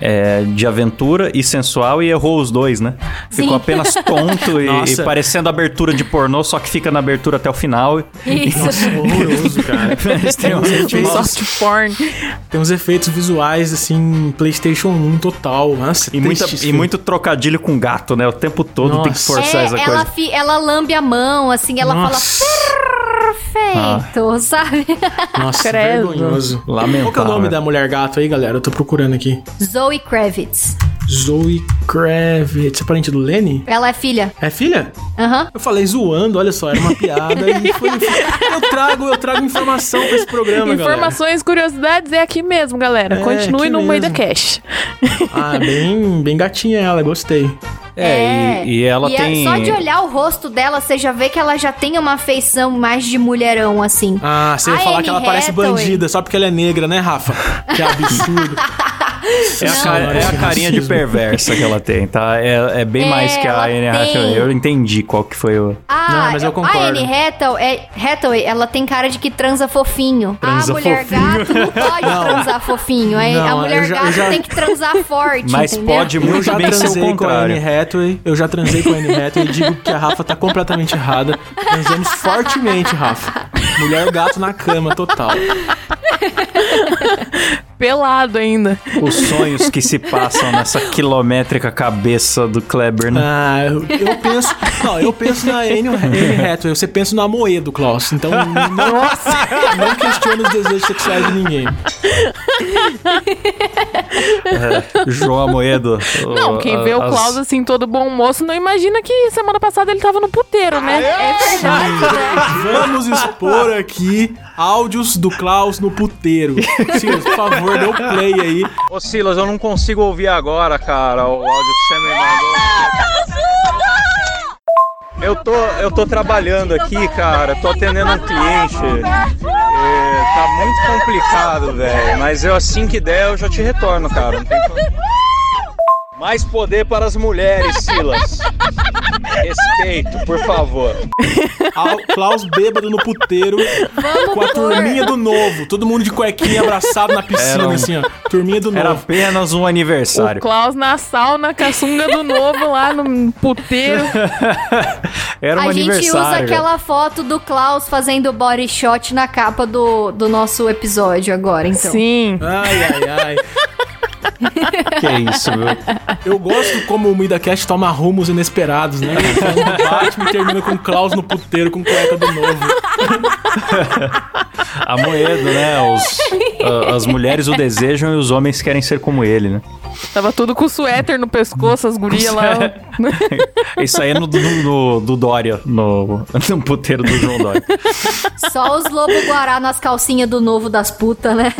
A: é, de aventura e sensual e errou os dois, né? Ficou
D: Sim.
A: apenas tonto e,
B: Nossa.
A: e parecendo abertura de pornô, só que fica na abertura até o final.
D: Isso.
B: [laughs] Horroroso, [laughs] cara.
A: Eles têm um-
B: Nossa.
C: Soft porn.
B: Tem uns efeitos visuais, assim, PlayStation 1 total. Nossa,
A: E, muita-
B: triste esse
A: e
B: filme.
A: muito trocadilho com gato, né? O tempo todo tem que
B: Nossa.
A: forçar
D: É,
A: essa
D: ela,
A: coisa.
D: fi- ela lambe a mão, assim, ela
B: Nossa.
D: fala perfeito, sabe? [laughs]
B: Nossa,
C: Credo.
B: vergonhoso.
A: Lamentável.
B: Qual que é o nome da mulher gato aí, galera? Eu tô procurando aqui.
D: Zoe Kravitz.
B: Zoe Kravitz. É parente do Lenny?
D: Ela é filha.
B: É filha?
D: Aham.
B: Eu falei zoando, olha só, era uma piada e foi. Eu trago, eu trago informação pra esse programa,
C: Informações, curiosidades é aqui mesmo, galera.
B: É,
C: Continue
B: aqui
C: no meio da
B: mesmo.
C: cash. [laughs]
B: galera. Ah, bem, bem gatinha ela, gostei.
A: É, e, e ela
D: e é-
A: tem.
D: só de olhar o rosto dela, você já vê que ela já tem uma feição mais de mulherão, assim.
B: Ah, você ia
D: A
B: falar
D: Anne
B: que ela parece
D: Hathaway.
B: bandida só porque ela é negra, né, Rafa? Que absurdo.
A: É a, ca-
B: Não.
A: é a carinha de
B: Racismo.
A: perversa que ela tem, tá? É, é bem
D: É,
A: mais que a
D: ela
A: Anne
D: tem.
A: Hathaway. Eu entendi qual que foi o...
D: Ah,
B: Não, mas eu concordo.
D: A Anne Hathaway, é- Hathaway, ela tem cara de que transa fofinho.
A: Transa
D: a mulher
A: fofinho.
D: gato não pode
B: Não.
D: transar fofinho. é- a
B: Não, eu
D: mulher
B: já- eu
D: gato
B: já-
D: tem que transar forte,
A: Mas
D: entendeu?
A: pode
B: Eu
A: muito
B: já
A: bem ser o
B: transei com a Anne
A: contrário.
B: Hathaway, eu já transei com a Anne Hathaway e digo que a Rafa tá completamente errada. Transamos fortemente, Rafa. Mulher gato na cama, total.
C: Pelado ainda.
A: Os sonhos que se passam nessa quilométrica cabeça do Kleber, né?
B: Ah, eu, eu penso. Não, eu penso na Anne, Anne Hathaway. Você pensa no Amoedo, Klaus. Então, nossa, não questiona os desejos sexuais de ninguém.
A: João Amoedo.
C: Não, quem vê o
A: as-
C: Klaus assim, todo bom moço, não imagina que semana passada ele tava no puteiro, né?
B: Vamos expor aqui áudios do Klaus no puteiro. Silas, por favor, dê o play aí.
G: Ô Silas, eu não consigo ouvir agora, cara, o áudio que você me mandou. Eu tô, eu tô trabalhando aqui, cara, tô atendendo um cliente. É, tá muito complicado, velho. Mas eu assim que der eu já te retorno, cara. não tem problema. Mais poder para as mulheres, Silas. Respeito, por favor.
B: Al- Klaus bêbado no puteiro com a turminha do novo. Todo mundo de cuequinha abraçado na piscina,
A: Era um-
B: assim, ó. Turminha do
A: Era
B: novo.
A: apenas um
C: O
A: aniversário.
C: Klaus na sauna, caçunga do novo lá no puteiro.
A: Era um
D: a
A: aniversário.
D: gente usa
A: velho.
D: aquela foto do Klaus fazendo body shot na capa do, do nosso episódio agora, então.
C: Sim.
B: Ai, ai, ai.
A: Que é isso, meu.
B: Eu gosto como o MidaCast toma rumos inesperados, né? Falando do Batman e termina com o Klaus no puteiro com cueca do novo.
A: A Moedo, né? Os- a- as mulheres o desejam e os homens querem ser como ele, né?
C: Tava tudo com suéter no pescoço, as gurias lá.
A: Isso aí é no, no- no- do Dória, no, no puteiro do João Dória.
D: Só os lobos guará nas calcinhas do novo das putas, né?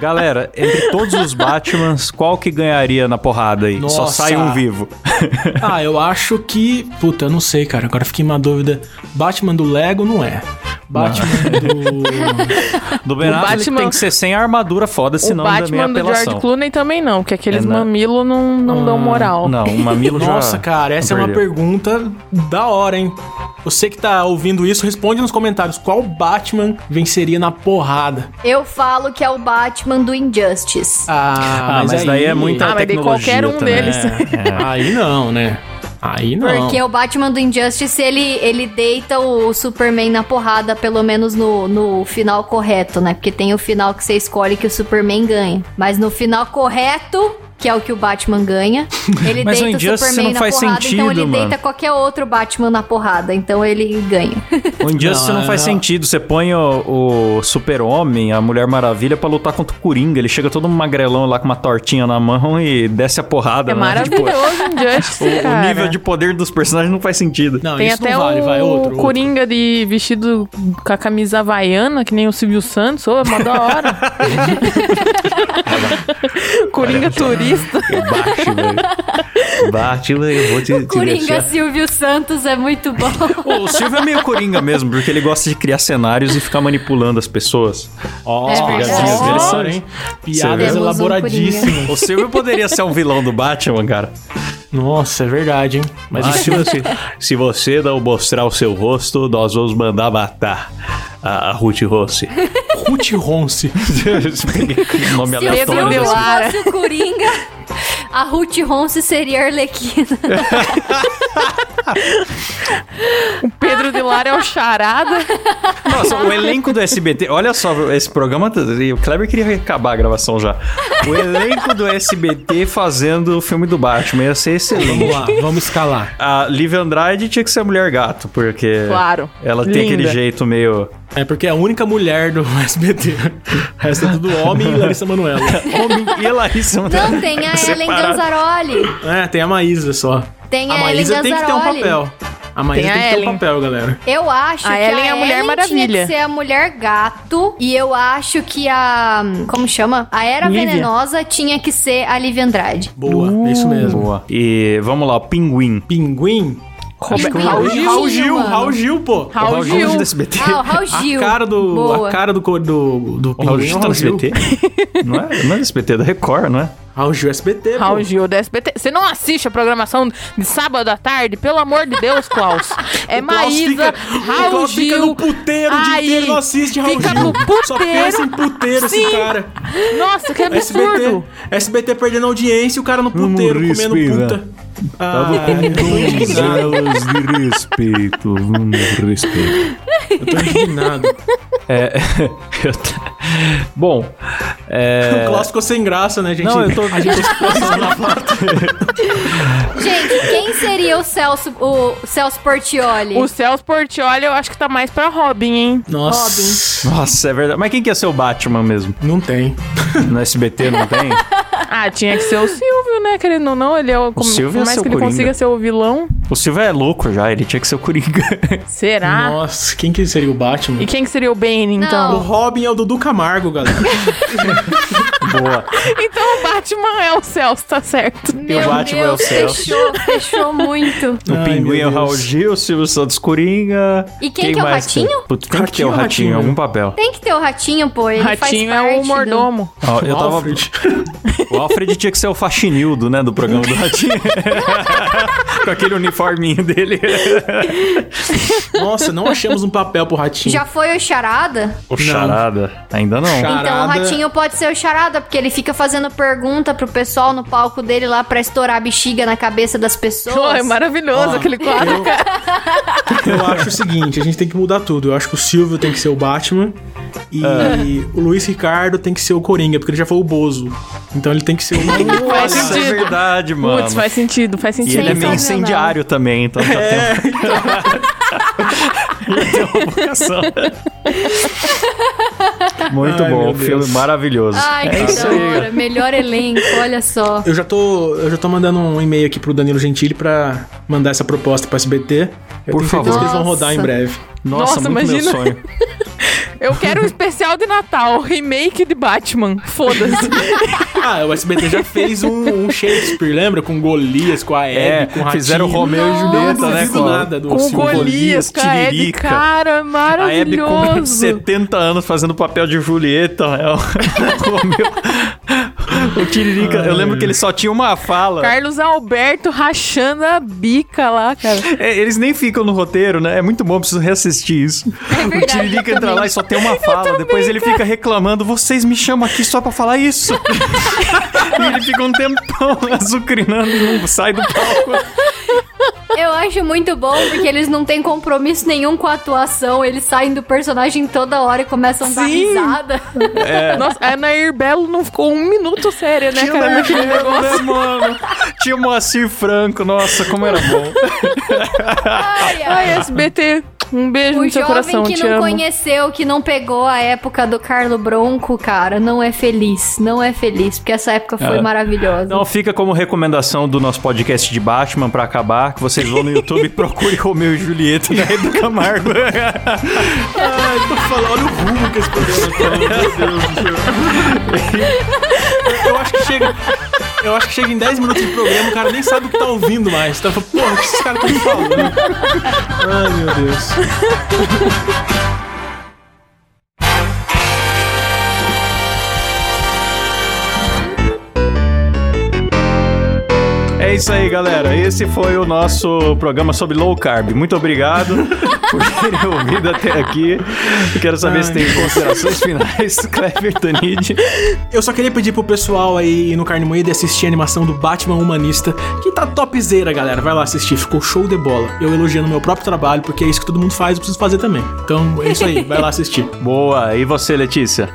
A: Galera, entre todos os Batmans, qual que ganharia na porrada aí? Só
B: Nossa.
A: sai um vivo.
B: Ah, eu acho que. Puta, eu não sei, cara. Agora fiquei uma dúvida. Batman do Lego não é. Batman do.
A: Do Ben
C: O
A: Affleck
C: Batman-
A: tem que ser sem armadura foda,
C: o
A: senão também é
C: Batman do George
A: apelação.
C: Clooney também não, porque aqueles
A: É, não.
C: mamilos não, não dão moral.
A: Não, o mamilo já...
B: Nossa, cara, essa é uma
A: perdeu.
B: pergunta da hora, hein? Você que tá ouvindo isso, responde nos comentários qual Batman venceria na porrada.
D: Eu falo que é o Batman do Injustice.
B: Ah,
A: Ah, mas, daí é muita
C: Ah, mas daí
A: tecnologia
C: qualquer um
A: também.
C: deles.
A: [laughs] É, é.
B: Aí não, né? Aí não.
D: Porque o Batman do Injustice, ele, ele deita o Superman na porrada, pelo menos no, no final correto, né? Porque tem o final que você escolhe que o Superman ganha. Mas no final correto, que é o que o Batman ganha, ele
A: Mas no
D: deita o
A: Injustice
D: Superman
A: não
D: na
A: faz
D: porrada, então ele
A: sentido,
D: deita
A: mano.
D: qualquer outro Batman na porrada, então ele ganha. [laughs]
A: O Injustice
B: Não,
A: não, é, faz
B: não.
A: sentido. Você põe o, o Super-Homem, a Mulher Maravilha, pra lutar contra o Coringa. Ele chega todo magrelão lá com uma tortinha na mão e desce a porrada.
C: É
A: né?
C: maravilhoso
A: Tipo,
C: Injustice,
A: o, o
C: cara.
A: nível de poder dos personagens não faz sentido.
B: Não,
C: Tem
B: isso
C: até
B: não vale,
C: o
B: vai outro. outro.
C: Coringa de vestido com a camisa havaiana, que nem o Silvio Santos. Ô, é mó da hora.
B: [laughs]
C: Coringa turista.
A: Eu Bate, velho. Bate, velho. Eu vou te, te
D: Coringa
A: deixar.
D: Silvio Santos é muito bom.
A: Ô, O Silvio é meio coringa mesmo, porque ele gosta de criar cenários e ficar manipulando as pessoas.
B: Ó,
D: É verdade.
A: Piadinhas dele são-
B: hein?
A: Temos
B: Piadas
D: um
B: elaboradíssimas.
A: O Silvio poderia ser um vilão do Batman, cara.
B: Nossa, é verdade, hein? Mas
A: Mas se, você, se você não mostrar o seu rosto, nós vamos mandar matar a, a Ruth Rossi.
B: Ruth Ronce.
A: [laughs] nome
D: Se o
A: aleatório
D: Silvio
A: desse.
C: Lara.
D: fosse o Coringa, a Ruth Ronce seria a Arlequina.
C: O Pedro de Lara é o charada.
A: Nossa, o elenco do SBT. Olha só, esse programa. tá- e O Kleber queria acabar a gravação já. O elenco do SBT fazendo o filme do Batman. Ia ser
B: Vamos
A: excelente.
B: lá, vamos escalar.
A: A Liv Andrade tinha que ser a mulher gato, porque.
C: Claro.
A: Ela tem aquele
C: Linda.
A: jeito meio.
B: É porque é a única mulher do [laughs] SBT. O resto é tudo homem e Larissa Manoela.
A: Homem e Larissa
D: Não, tem a Ellen
A: Separado.
D: Ganzaroli.
B: É, tem a Maísa só.
D: Tem a,
B: a
D: Ellen
B: Maísa tem que ter um
D: Ganzaroli.
B: papel. A Maísa
C: a
B: tem, que ter um
C: Ellen.
B: papel, galera.
D: Eu acho
C: A
D: que
C: Ellen
D: a
C: é a Mulher
D: Ellen tinha
C: Maravilha.
D: que ser a mulher gato. E eu acho que a. Como chama? A Era
C: Lívia.
D: Venenosa tinha que ser a Lívia Andrade.
B: Boa, é isso mesmo.
A: Boa. E vamos lá, o Pinguim.
B: Pinguim?
C: é
D: Pinguim,
B: Raul Gil, Raul
D: Gil,
B: Gil,
D: mano.
B: Raul Gil, pô.
A: É o
C: Raul
A: Gil
C: Gil.
A: do SBT.
D: Ah, o Raul Gil.
B: A cara do.
D: Boa.
B: A cara do, co- do, do
A: O Raul Gil
B: é o
A: tá no SBT? não, é, não é do SBT, é da Record, não é?
B: Raul Gil é SBT, pô.
C: Raul Gil do SBT. Você não assiste a programação de sábado à tarde? Pelo amor de Deus, Klaus.
B: [laughs]
C: É
B: O Klaus fica-
C: Maísa,
B: o
C: Raul
B: Klaus
C: Gil.
B: fica no puteiro o dia
C: Aí,
B: inteiro, assim. não assiste Raul
C: fica
B: Gil.
C: no
B: Só
C: puteiro.
B: pensa em puteiro esse
C: Sim.
B: cara.
C: Nossa, que
B: SBT,
C: absurdo.
B: SBT perdendo audiência e o cara no puteiro
A: Vamos
B: comendo
A: respeitar.
B: puta. [laughs] Ah, eu
A: de respeito, respeito.
B: tô indignado.
A: Bom, é...
B: O Klaus ficou sem graça, né, gente?
A: Não, eu tô-
B: A gente [laughs] expôs na foto.
D: Gente, quem seria o Celso, o Celso Portioli?
C: O Celso Portioli eu acho que tá mais pra Robin, hein?
B: Nossa,
A: Nossa, é verdade. Mas quem que ia ser o Batman mesmo?
B: não tem.
A: No SBT não tem?
C: Ah, tinha que ser o Silvio, né? Querendo ou não, ele é o. como-
A: Silvio
C: por
A: é
C: mais
A: seu
C: que ele
A: coringa.
C: consiga ser o vilão.
A: O Silvio é louco já, ele tinha que ser o Coringa.
C: Será?
B: Nossa, quem que seria o Batman?
C: Ah. E quem que seria o Bane,
B: O
C: então?
B: Robin é o Dudu Camargo, galera.
A: Boa.
C: [laughs] Então o Batman é o Celso, tá certo.
D: Meu
A: o Batman é o
D: Deus,
A: Celso.
D: fechou, fechou muito.
A: O
B: Ai,
A: Pinguim é
B: meu
A: o Raul
B: Deus.
A: Gil, o Silvio Santos Coringa.
D: E quem que é o
A: mais
D: Ratinho?
A: Tem, Putz, tem que ter
B: Ratinho
A: o
B: ou
A: Ratinho em
B: Ratinho?
A: algum papel.
D: Tem que ter o Ratinho, pô. Ele faz
C: Ratinho
D: parte
C: é o
D: do-
C: mordomo.
A: Ó, eu tava...
B: Alfred.
A: O Alfred tinha que ser o faxinil tudo, né? Do programa do Ratinho. [laughs] Com aquele uniforminho dele.
B: Nossa, não achamos um papel pro ratinho.
D: Já foi o Charada?
A: O charada. Ainda não.
B: Charada.
D: Então o Ratinho pode ser o Charada, porque ele fica fazendo pergunta pro pessoal no palco dele lá pra estourar a bexiga na cabeça
C: [laughs]
D: das pessoas.
C: Pô, é maravilhoso
B: Ó,
C: aquele quadro.
B: Eu, eu acho o seguinte, a gente tem que mudar tudo. Eu acho que o Silvio tem que ser o Batman e o Luiz Ricardo tem que ser o Coringa, porque ele já foi o Bozo. Então ele tem que ser o
C: Faz
A: Nossa, é
C: sentido.
A: verdade, mano.
C: Putz, faz sentido, faz
A: E
C: sentido.
A: ele é meio
D: Sensacional.
A: incendiário também, então já [laughs] tem uma... tem uma vocação. Muito
B: Ai,
A: bom,
B: meu Deus.
A: filme maravilhoso.
D: Ai,
A: É
D: que
A: isso
D: da
A: aí.
D: hora. Melhor elenco, olha só.
B: Eu já tô, eu já tô mandando um e-mail aqui pro Danilo Gentili pra mandar essa proposta pro SBT. Eu
A: Por
B: tenho certeza
A: favor.
B: que eles vão rodar em
D: Nossa.
B: breve.
A: Nossa,
C: Nossa,
A: muito meu
C: imagina.
A: sonho. é-
C: Eu quero um especial de Natal, remake de Batman. Foda-se.
B: Ah, o SBT já fez um, um Shakespeare, lembra? Com Golias, com a Hebe,
A: É,
B: com o Ratinho.
A: fizeram Romeu e Julieta,
B: Não
A: né?
B: duvido nada do
C: Com
B: Silvio
C: Golias, cara, é de
A: Tiririca.
C: cara,
A: A Hebe com
C: maravilhoso.
A: 70 anos fazendo papel de Julieta. É [laughs] o, Romeu. o Tiririca, eu lembro que ele só tinha uma fala.
C: Carlos Alberto rachando a bica lá, cara.
A: É, eles nem ficam no roteiro, né? É muito bom, preciso reassistir isso.
D: É verdade,
A: o Tiririca
D: eu
A: entra lá e só tem uma fala. depois ele fica reclamando: vocês me chamam aqui só pra falar
D: [laughs]
A: isso. e ele fica um tempão azucrinando e não sai do
D: Né,
A: palco.
D: Eu acho muito bom porque eles não têm compromisso nenhum com a atuação, eles saem do personagem toda hora e começam a dar
C: Sim.
D: risada.
A: É.
C: Nossa, a Nair Belo não ficou um minuto séria, né, cara? naquele
A: Tinha, né, mano? Tinha o Moacir Franco, nossa, como era bom.
D: Ai, ai.
C: Ai, SBT, um beijo
D: O
C: no seu
D: jovem
C: coração,
D: que
C: te
D: não
C: amo.
D: conheceu, que não pegou a época do Carlo Bronco, cara, não é feliz. Não é feliz, porque essa época
C: É.
D: foi maravilhosa.
A: Então fica como recomendação do nosso podcast de Batman pra acabar, que vocês vão no YouTube e procurem Romeu e Julieta da Hebe [laughs] Camargo.
B: Ai, tô falando, olha o rumo que esse programa tá, [laughs] meu Deus do céu. Eu acho que chega. Eu acho que chega em 10 minutos de programa, o cara nem sabe o que tá ouvindo mais. Tá falando, porra, o que esses caras estão falando? Ai, meu Deus.
A: É isso aí, galera. Esse foi o nosso programa sobre low carb. Muito obrigado por terem ouvido até aqui. Eu quero saber se tem considerações finais, Kleber Tanid.
B: Eu só queria pedir pro pessoal aí no Carne Moída assistir a animação do Batman Humanista, que tá topzera, galera. Vai lá assistir, ficou show de bola. Eu elogiando meu próprio trabalho, porque é isso que todo mundo faz, eu preciso fazer também. Então é isso aí, vai lá
C: [laughs]
B: assistir.
A: Boa. E você, Letícia?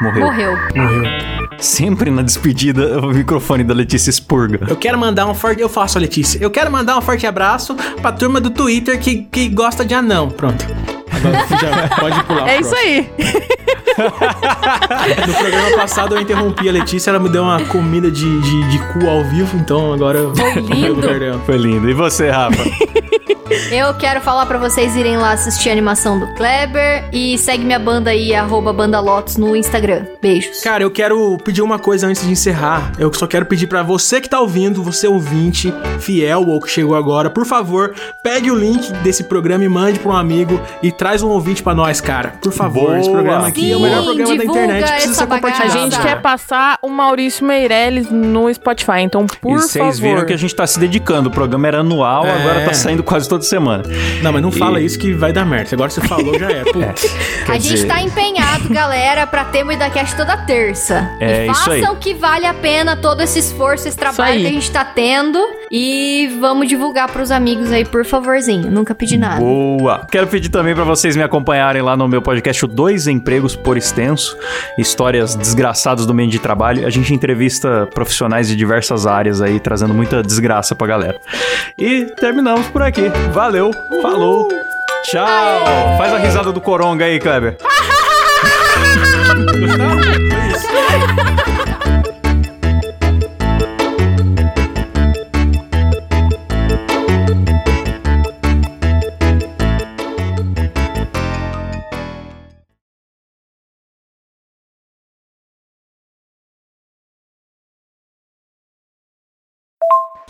A: Morreu.
D: Morreu.
A: Sempre na despedida, o microfone da Letícia expurga.
B: Eu quero mandar um forte. Eu faço a Letícia. Eu quero mandar um forte abraço pra turma do Twitter que, que gosta de anão. Pronto. Agora [laughs] já pode pular.
C: É isso aí.
B: No programa passado eu interrompi a Letícia, ela me deu uma comida de, de, de cu ao vivo, então agora [laughs] eu vou
D: lindo.
A: Foi lindo. E você, Rafa?
D: Eu quero falar pra vocês irem lá assistir a animação do Kleber e segue minha banda aí, arroba Banda Lotus no Instagram. Beijos.
B: Cara, eu quero pedir uma coisa antes de encerrar. Eu só quero pedir pra você que tá ouvindo, você ouvinte, fiel ou que chegou agora, por favor, pegue o link desse programa e mande pra um amigo e traz um ouvinte pra nós, cara. Por favor,
A: Boa.
B: esse programa aqui é o
D: Sim,
B: melhor programa da
D: divulga
B: internet, precisa
D: essa
B: ser
D: bagaça.
C: A
B: compartilhado.
C: gente quer passar o Maurício Meirelles no Spotify, então por
A: e
C: favor.
A: vocês viram que a gente tá se dedicando. O programa era anual,
B: É.
A: agora tá saindo quase toda semana.
B: Não, mas não fala
A: E-
B: isso que vai dar merda. Agora você falou, já é. Putz.
D: a
A: quer dizer-
D: gente tá empenhado, galera, pra ter MuidaCast toda terça.
A: É,
D: e
A: isso aí.
D: façam que vale a pena todo esse esforço, esse trabalho
C: aí.
D: que a gente tá tendo. E vamos divulgar pros amigos aí, por favorzinho. Nunca pedi nada.
A: Boa! Quero pedir também para vocês me acompanharem lá no meu podcast o Dois Empregos por Extenso, histórias desgraçadas do meio de trabalho. A gente entrevista profissionais de diversas áreas aí, trazendo muita desgraça pra galera. E terminamos por aqui. Valeu, falou, tchau! Faz a risada do coronga aí, Kleber.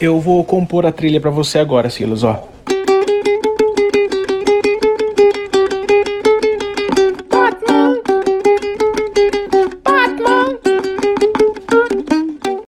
B: Eu vou compor a trilha pra você agora, Silas, ó.